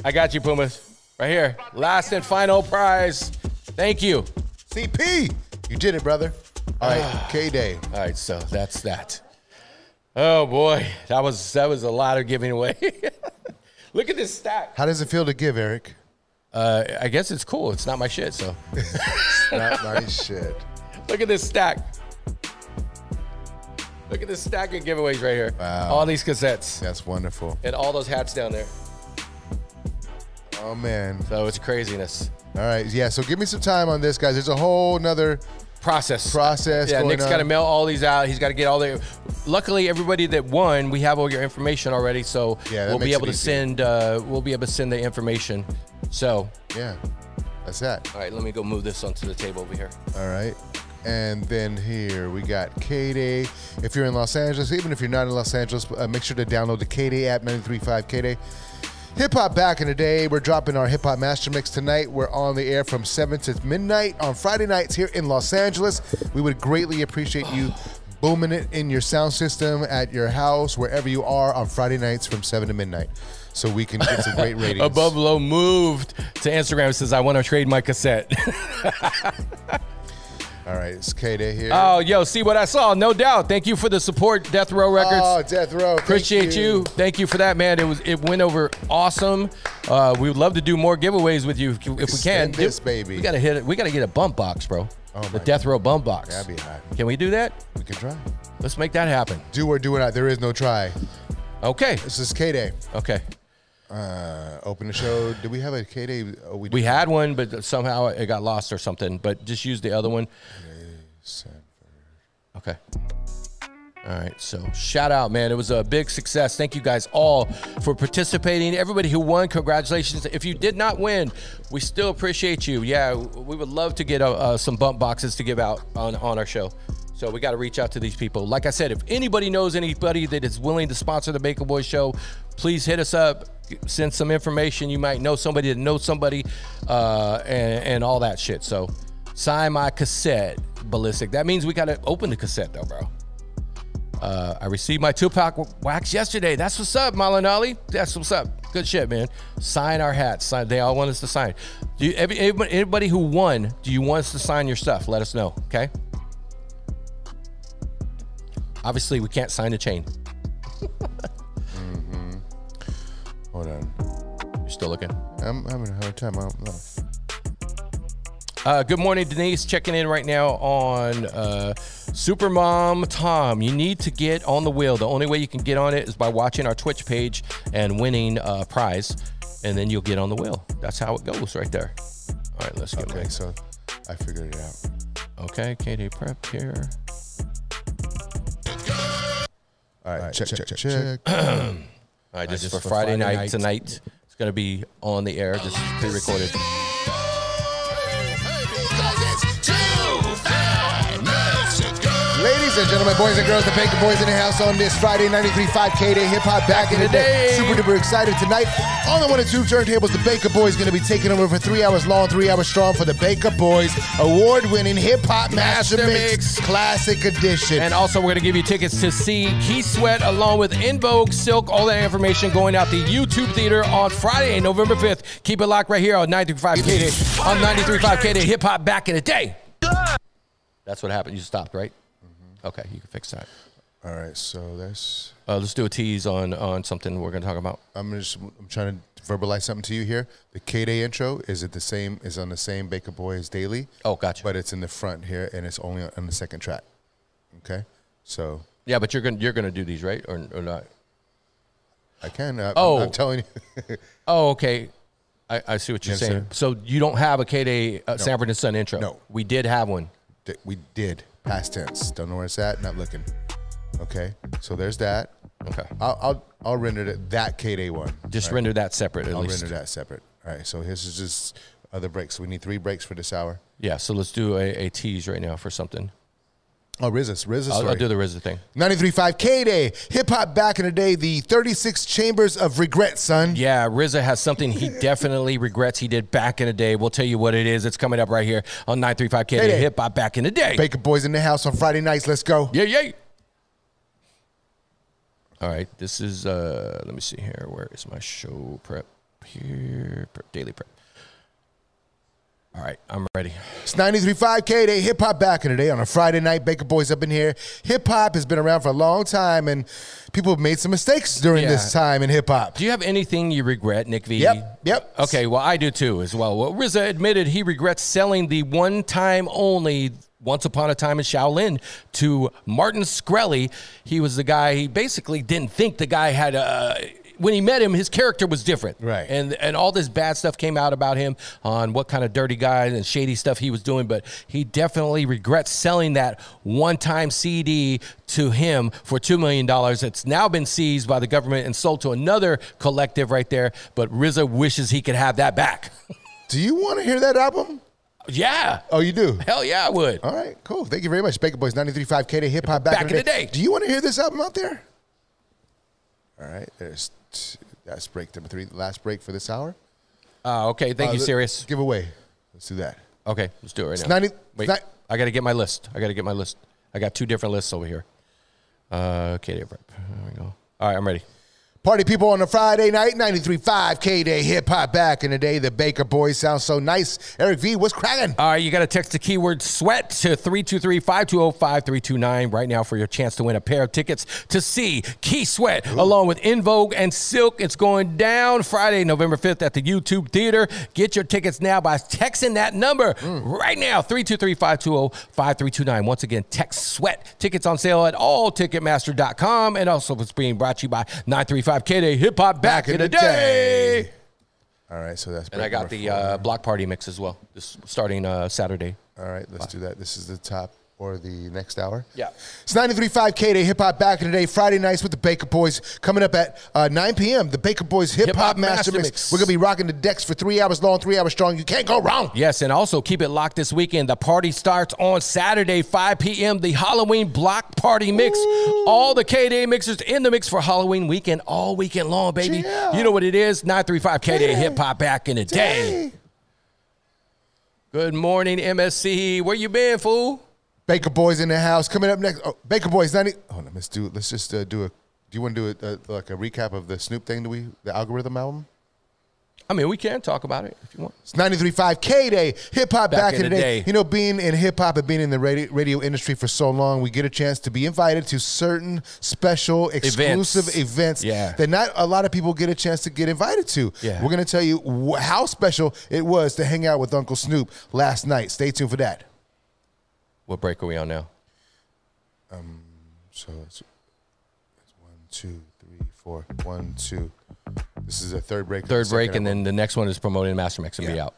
I got you, Pumas. Right here. Last and final prize. Thank you. CP, you did it, brother. All Ah. right, K Day. All right, so that's that. Oh boy, that was that was a lot of giving away. Look at this stack. How does it feel to give, Eric? Uh, I guess it's cool. It's not my shit. So Not nice shit. look at this stack. Look at this stack of giveaways right here. Wow. All these cassettes That's wonderful. and all those hats down there. Oh, man. So it's craziness. All right, yeah, so give me some time on this, guys. There's a whole nother. process. Process Yeah, going Nick's on. got to mail all these out. He's got to get all the. Luckily, everybody that won, we have all your information already, so Yeah, that we'll be makes it able to easier. send. Uh, we'll be able to send the information. So, Yeah, that's that. all right, let me go move this onto the table over here. All right. And then here we got K Day. If you're in Los Angeles, even if you're not in Los Angeles, uh, make sure to download the K Day app, 935 K Day. Hip hop back in the day. We're dropping our hip hop master mix tonight. We're on the air from 7 to midnight on Friday nights here in Los Angeles. We would greatly appreciate you booming it in your sound system at your house, wherever you are, on Friday nights from 7 to midnight. So we can get some great ratings. Above Low moved to Instagram says, I want to trade my cassette. All right, it's K Day here. oh, yo, see what I saw. No doubt. Thank you for the support, Death Row Records. Oh, Death Row. thank Appreciate you. Thank you for that, man. It was it went over awesome. Uh, we would love to do more giveaways with you if, if we can. Extend this, baby. We gotta hit it. We gotta get a bump box, bro. Oh, the my death row bump box. That'd be hot. Can we do that? We can try. Let's make that happen. Do or do not. There is no try. Okay. This is K Day. Okay. Uh, open the show. Do we have a K Day? Oh, We had one, but somehow it got lost or something. But just use the other one. Okay. All right. So shout out, man. It was a big success. Thank you guys all for participating. Everybody who won, congratulations. If you did not win, we still appreciate you. Yeah, we would love to get uh, uh, some bump boxes to give out on, on our show. So we got to reach out to these people. Like I said, if anybody knows anybody that is willing to sponsor the Baker Boy Show, please hit us up. Send some information. You might know somebody that knows somebody, uh, and, and all that shit. So sign my cassette, ballistic. That means we got to open the cassette though, bro. Uh, I received my Tupac wax yesterday. That's what's up, Malinali. That's what's up. Good shit, man. Sign our hats. Sign, they all want us to sign. Do you, every, everybody, anybody who won, do you want us to sign your stuff? Let us know, okay? Obviously, we can't sign the chain. Hold on. You're still looking. I'm having a hard time. I don't know. Uh, good morning, Denise. Checking in right now on uh, Supermom Tom. You need to get on the wheel. The only way you can get on it is by watching our Twitch page and winning a prize, and then you'll get on the wheel. That's how it goes right there. All right, let's get Okay, okay. so I figured it out. Okay, KD Prep here. All right, check, check, check, check. All right, this is for Friday, night, tonight. It's going to be on the air. This is pre recorded. Ladies and gentlemen, boys and girls, the Baker Boys in the house on this Friday, 93.5 K-Day Hip Hop back in the day. day. Super duper excited tonight. On the one and two turntables, the Baker Boys going to be taking over for three hours long, three hours strong for the Baker Boys award-winning Hip Hop Master, Master Mix, Mix. Classic Edition. And also, we're going to give you tickets to see Key Sweat along with In Vogue, Silk, all that information going out the YouTube Theater on Friday, November 5th. Keep it locked right here on 93.5 KD, on 93.5 KD, hip hop back in the day. That's what happened. You stopped, right? Mm-hmm. Okay, you can fix that. All right, so that's... Uh, let's do a tease on, on something we're going to talk about. I'm just I'm trying to verbalize something to you here. The K-Day intro is it the same is on the same Baker Boys Daily. Oh, gotcha. But it's in the front here and it's only on the second track. Okay? So Yeah, but you're going to you're gonna do these, right? Or, or not? I can I, Oh. I'm, I'm telling you. Oh, okay. I, I see what you're You saying. understand? So you don't have a KD uh, Sanford and Son intro? No. We did have one. that we did past tense. Don't know where it's at. Not looking. Okay, so there's that. Okay. I'll I'll, I'll render it that K Day one. Just All right, render that separate at I'll least. render that separate. All right. So this is just other breaks. We need three breaks for this hour. Yeah, so let's do a, a tease right now for something. Oh, Rizus, Rizus. I'll, I'll do the RZA thing. 93.5 K Day hip hop back in the day. The 36 chambers of regret, son. Yeah, RZA has something he definitely regrets he did back in the day. We'll tell you what it is. It's coming up right here on 935 K Hey. Hip Hop Back in the Day. Baker boys in the house on Friday nights. Let's go. Yeah, yeah. All right, this is uh let me see here. Where is my show prep? Here, prep, daily prep. All right, I'm ready. It's 93.5 K Day hip hop back in the day on a Friday night. Baker boys up in here. Hip hop has been around for a long time, and people have made some mistakes during Yeah. this time in hip hop. Do you have anything you regret, Nick V? Yep, yep. Okay, well, I do too as well. Well, RZA admitted he regrets selling the one time only Once Upon a Time in Shaolin to Martin Screlly. He was the guy, he basically didn't think the guy had a. When he met him, his character was different, Right. And and all this bad stuff came out about him on what kind of dirty guy and shady stuff he was doing. But he definitely regrets selling that one-time CD to him for two million dollars. It's now been seized by the government and sold to another collective right there. But RZA wishes he could have that back. Do you want to hear that album? Yeah. Oh, you do? Hell yeah, I would. All right, cool. Thank you very much. Baker Boys 93.5 K to hip hop back, Back in the day. Do you want to hear this album out there? All right, there's t- that's break number three, last break for this hour. Uh, okay, thank you, Sirius. Giveaway. Let's do that. Okay, let's do it right now. 90 it's Wait, not- I got to get my list. I got to get my list. I got two different lists over here. Uh, K Day Prep. There we go. All right, I'm ready. Party people on a Friday night, 93.5 K-Day Hip Hop. Back in the day, the Baker Boys sound so nice. Eric V, what's cracking? All right, you got to text the keyword sweat to 323 520 5329 right now for your chance to win a pair of tickets to see Key Sweat along with In Vogue and Silk. It's going down Friday, November 5th at the YouTube Theater. Get your tickets now by texting that number right now 323 520 5329. Once again, text sweat. Tickets on sale at all ticketmaster.com. And also, it's being brought to you by 935 K Day Hip Hop Back, in the day. All right, so that's And I break got number the four. uh, block party mix as well, this, starting uh, Saturday. All right, let's do that. This is the top or the next hour. Yeah. It's 93.5 K-Day Hip Hop back in the day, Friday nights with the Baker Boys. Coming up at uh, 9 p.m., the Baker Boys Hip Hop Master, Mix. We're going to be rocking the decks for three hours long, three hours strong. You can't go wrong. Yes, and also keep it locked this weekend. The party starts on Saturday, 5 p.m. The Halloween block party mix. All the K Day mixers in the mix for Halloween weekend, all weekend long, baby. Yeah. You know what it is 935 K Day hip hop back in the day. Good morning, MSC. Where you been, fool? Baker Boys in the house. Coming up next, oh, Baker Boys 90. Oh, no, let's do, let's just uh, do a, do you want to do a, a, like a recap of the Snoop thing that we, the algorithm album? I mean, we can talk about it if you want. It's 93.5 K-Day, hip hop back, in the day. day. You know, being in hip hop and being in the radio, radio industry for so long, we get a chance to be invited to certain special, exclusive events, Yeah. that not a lot of people get a chance to get invited to. Yeah. We're going to tell you wh- how special it was to hang out with Uncle Snoop last night. Stay tuned for that. What break are we on now? So it's, it's one, two, three, four. One, two. This is a third break. Third break, Second and then the next one is promoting Master Mix and be out.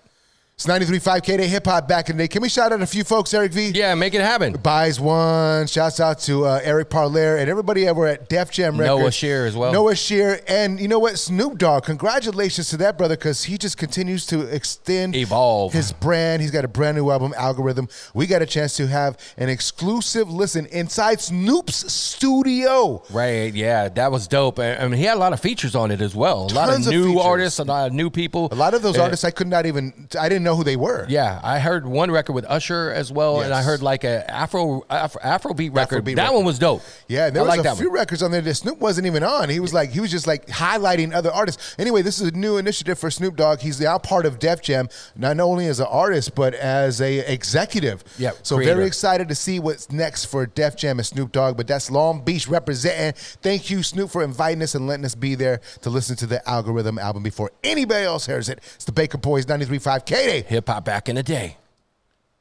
It's 93.5 K-Day, hip hop back in the day. Can we shout out a few folks, Eric V? Yeah, make it happen. buys one. Shouts out to uh, Eric Parlaire and everybody over at Def Jam Noah Records. Shear as well. Noah Shear. And you know what? Snoop Dogg, congratulations to that brother because he just continues to extend Evolve. his brand. He's got a brand new album, Algorithm. We got a chance to have an exclusive listen inside Snoop's studio. Right, yeah, that was dope. I I mean, he had a lot of features on it as well. A lot of Tons of new features. artists, a lot of new people. A lot of those artists I could not even, I didn't know who they were. Yeah, I heard one record with Usher as well, and I Yes. heard like a Afro, Afro Afrobeat record. Afrobeat that record. one was dope. Yeah, and there I was like a that few one. records on there that Snoop wasn't even on. He was like, he was just like highlighting other artists. Anyway, this is a new initiative for Snoop Dogg. He's now part of Def Jam, not only as an artist but as a executive. Yep, So creator. very excited to see what's next for Def Jam and Snoop Dogg. But that's Long Beach representing. Thank you, Snoop, for inviting us and letting us be there to listen to the Algorithm album before anybody else hears it. It's the Baker Boys 93.5 K-Day. Hip hop back in the day.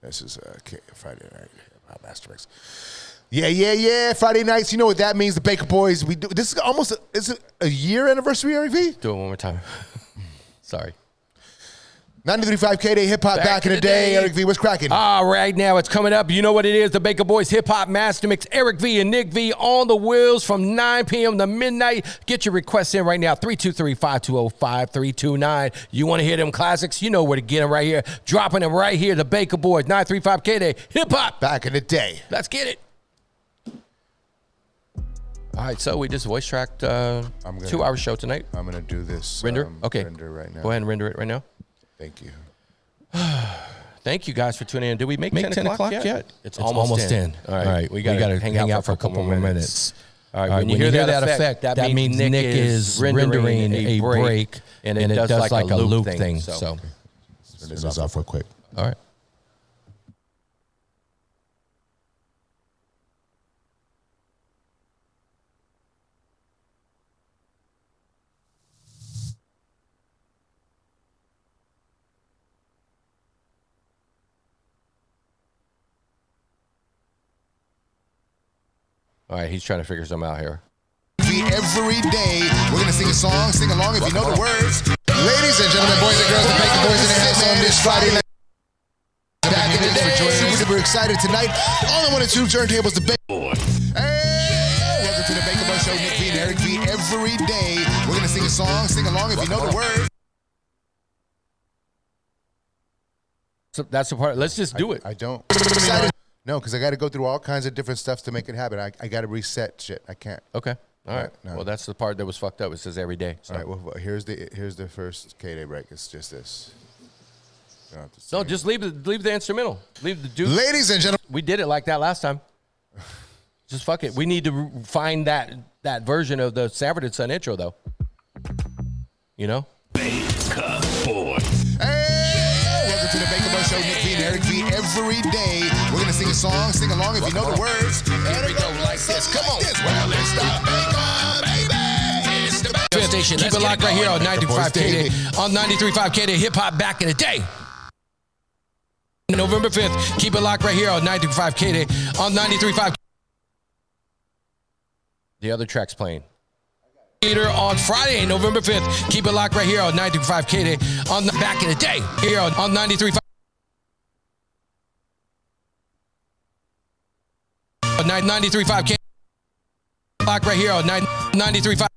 This is uh, K- Friday night hip-hop asterisk. Yeah, yeah, yeah. Friday nights. You know what that means? The Baker Boys. We do. This is almost a, is it a year anniversary, Eric V. Do it one more time. Sorry. 935 K Day Hip Hop back, in the day. Eric V. What's cracking? Ah, right now it's coming up. You know what it is? The Baker Boys Hip Hop Master Mix. Eric V and Nick V on the wheels from 9 p.m. to midnight. Get your requests in right now. 323-520-5329. You want to hear them classics? You know where to get them right here. Dropping them right here. The Baker Boys 935 K Day Hip Hop. back in the day. Let's get it. All right, so we just voice tracked uh, I'm gonna- two hour show tonight. I'm gonna do this Render? um, okay. Render right now. Go ahead and render it right now. Thank you. Thank you guys for tuning in. Did we make, 10, o'clock, yet? It's, almost 10. All right. All right, We we got gotta to hang, out for a couple more minutes. All right. When, you hear, that, effect, that, means Nick, is rendering a break, and, it, does, like, a loop thing. so. Turn this off real quick. all right. All right, he's trying to figure something out here. Every day we're gonna sing a song, sing along if you know the words. Ladies and gentlemen, boys and girls, the Baker Boys in the house on this Friday night. Back in the day. Super duper excited tonight. All I want to two turntables, the Baker. Hey, welcome to the Baker Boy Show. Nick V and Eric V. Every day, we're gonna sing a song, sing along if you know the words. So that's the part. Let's just do it. I don't. No, because I got to go through all kinds of different stuff to make it happen. I, I got to reset shit. I can't. okay. All right. no. Well, that's the part that was fucked up. It says every day. So. All right. Well, well, here's the here's the first K Day break. It's just this. You don't have to No, sing. just leave the leave the instrumental. Leave the dude. Ladies and gentlemen. We did it like that last time. Just fuck it. We need to find that that version of the Sanford and Son intro though. You know? Baker Boy. Hey! Welcome to the Baker Bro Show. Nick V and Eric V. Every day, we're gonna sing a song, sing along if you know the words. And it go like this. Come on. Well, it's the Baker, baby. It's the Baker. Station. Keep it locked right here on 95 KD. On 93.5 KD, hip hop back in the day. November 5th. Keep it locked right here on 95 KD. On 93.5 The other track's playing. Theater on Friday, November 5th. Keep it locked right here on 95 KD. On the back in the day. Here on, on 93.5. on 93.5 K. Lock right here on 9- 93.5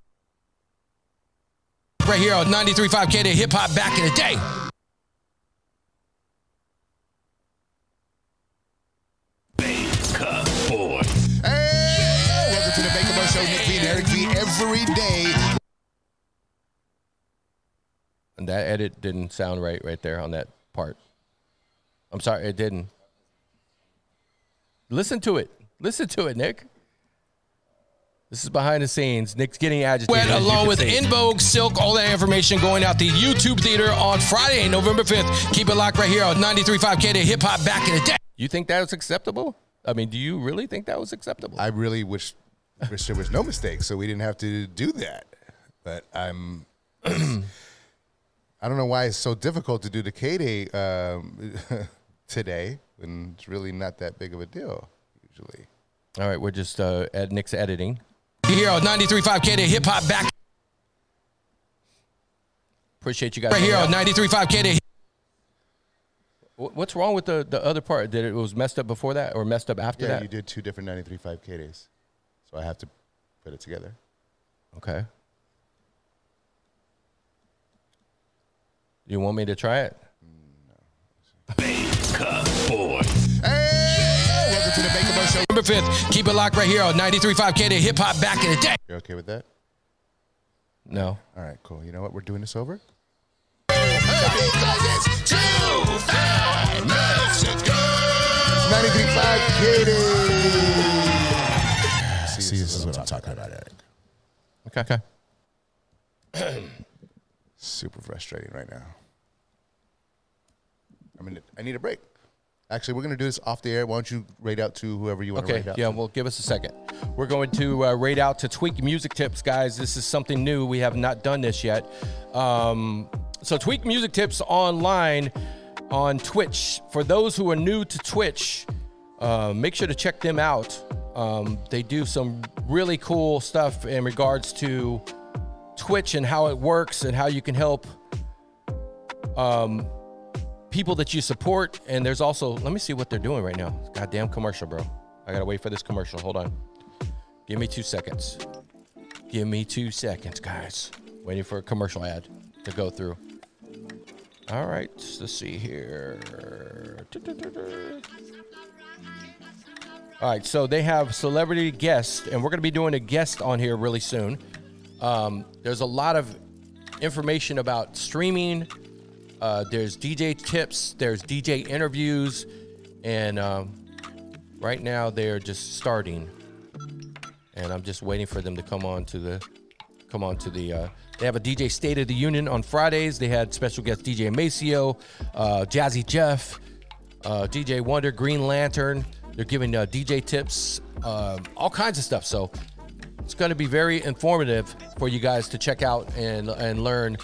right here on 93.5 KD Hip Hop back in the day. Baker Boy. Hey! Welcome to the Baker Bro Show. Nick V and Eric V. Every day, And that edit didn't sound right right there on that part. I'm sorry, it didn't. Listen to it. Listen to it, Nick. This is behind the scenes. Nick's getting agitated. as you along can with see. In Vogue, Silk, all that information going out the YouTube theater on Friday, November 5th. Keep it locked right here on 93.5 KD Hip Hop back in the day. You think that was acceptable? I mean, do you really think that was acceptable? I really wish, wish there was no mistake, so we didn't have to do that. But I'm, I don't know why it's so difficult to do the K Day um, today when it's really not that big of a deal usually. All right, we're just uh, at Nick's editing. Here on 93.5 KD Hip Hop back. Appreciate you guys. Right here on 93.5 KD. Wh- What's wrong with the, the other part? That it was messed up before that or messed up after Yeah, that? you did two different 93.5 K Days, so I have to put it together. Okay. You want me to try it? Baker Boy. Hey! Welcome to the Baker Bro Show. November 5th, keep it locked right here on 93.5 KD Hip Hop back in the day. You're okay with that? No. All right, cool. You know what? We're doing this over. Because it's 93.5 K Days. See, this is what I'm talking about, Eric. Okay. Okay. Super frustrating right now. I mean, I need a break. Actually, we're going to do this off the air. Why don't you rate out to whoever you want to Okay, rate out? yeah, to? well, give us a second. We're going to uh, rate out to Tweak Music Tips, guys. This is something new. We have not done this yet. Um, so, Tweak Music Tips online on Twitch. For those who are new to Twitch, uh, make sure to check them out. Um, they do some really cool stuff in regards to Twitch and how it works and how you can help um, people that you support. And there's also, let me see what they're doing right now. Goddamn commercial, bro. I gotta wait for this commercial. Hold on. Give me two seconds. Give me two seconds, guys. Waiting for a commercial ad to go through. All right, let's see here. All right, so they have celebrity guests, and we're going to be doing a guest on here really soon. Um, there's a lot of information about streaming. Uh, there's DJ tips. There's DJ interviews, and um, right now they're just starting, and I'm just waiting for them to come on to the come on to the. Uh, they have a DJ State of the Union on Fridays. They had special guest DJ Maceo, uh, Jazzy Jeff, uh, DJ Wonder, Green Lantern. They're giving uh, DJ tips, uh, all kinds of stuff. So it's going to be very informative for you guys to check out and and learn.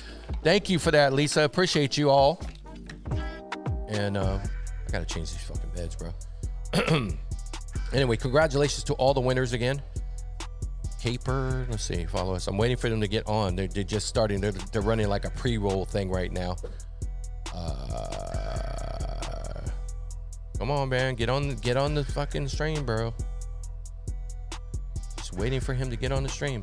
Thank you for that, Lisa. Appreciate you all. And uh, I gotta change these fucking beds, bro. anyway, congratulations to all the winners again. Caper, let's see, follow us. I'm waiting for them to get on. They're, they're just starting. They're, they're running like a pre-roll thing right now. Uh, come on, man, get on, get on the fucking stream, bro. Just waiting for him to get on the stream.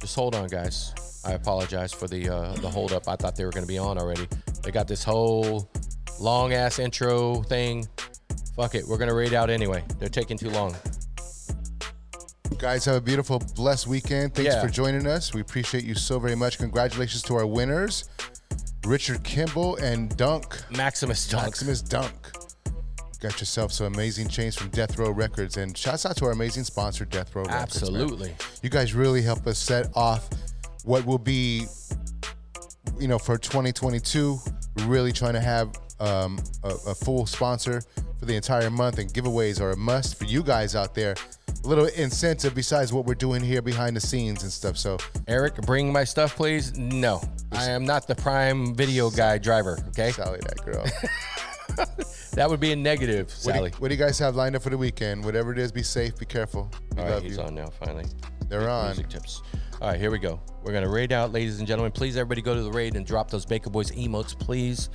Just hold on, guys. I apologize for the uh, the hold up. I thought they were going to be on already. They got this whole long ass intro thing. Fuck it, we're going to raid out anyway. They're taking too long. Guys, have a beautiful, blessed weekend. Thanks Yeah. for joining us. We appreciate you so very much. Congratulations to our winners, Richard Kimball and Dunk. Maximus Dunk. Maximus Dunk. Got yourself some amazing chains from Death Row Records, and shouts out to our amazing sponsor, Death Row Records. man. Absolutely. You guys really help us set off what will be, you know, for 2022. We're really trying to have um, a, a full sponsor for the entire month, and giveaways are a must for you guys out there. A little incentive besides what we're doing here behind the scenes and stuff. So Eric, bring my stuff, please. No, I am not the prime video guy driver. Okay, Sally, that girl. that would be a negative, What do, you, Sally. what do you guys have lined up for the weekend? Whatever it is, be safe, be careful. We All right, love he's you. on now. Finally, They're on. music tips. All right, here we go. We're gonna raid out, ladies and gentlemen. Please, everybody, go to the raid and drop those Baker Boys emotes, please.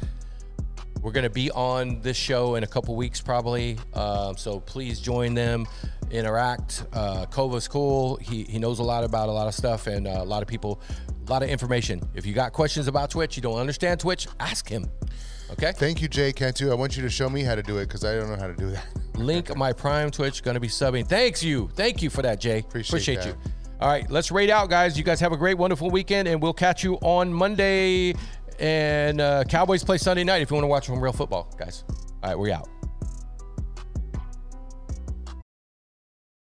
We're gonna be on this show in a couple weeks, probably. Um, so please join them, interact. Uh, Kova's cool. He he knows a lot about a lot of stuff and uh, a lot of people, a lot of information. If you got questions about Twitch, you don't understand Twitch, ask him. Okay. Thank you, Jay Cantu. I want you to show me how to do it because I don't know how to do that. Link my Prime Twitch gonna be subbing. Thanks you. Thank you for that, Jay. Appreciate that. you. All right, let's raid out, guys. You guys have a great, wonderful weekend, and we'll catch you on Monday. And uh, Cowboys play Sunday night if you want to watch some real football, guys. All right, we're out.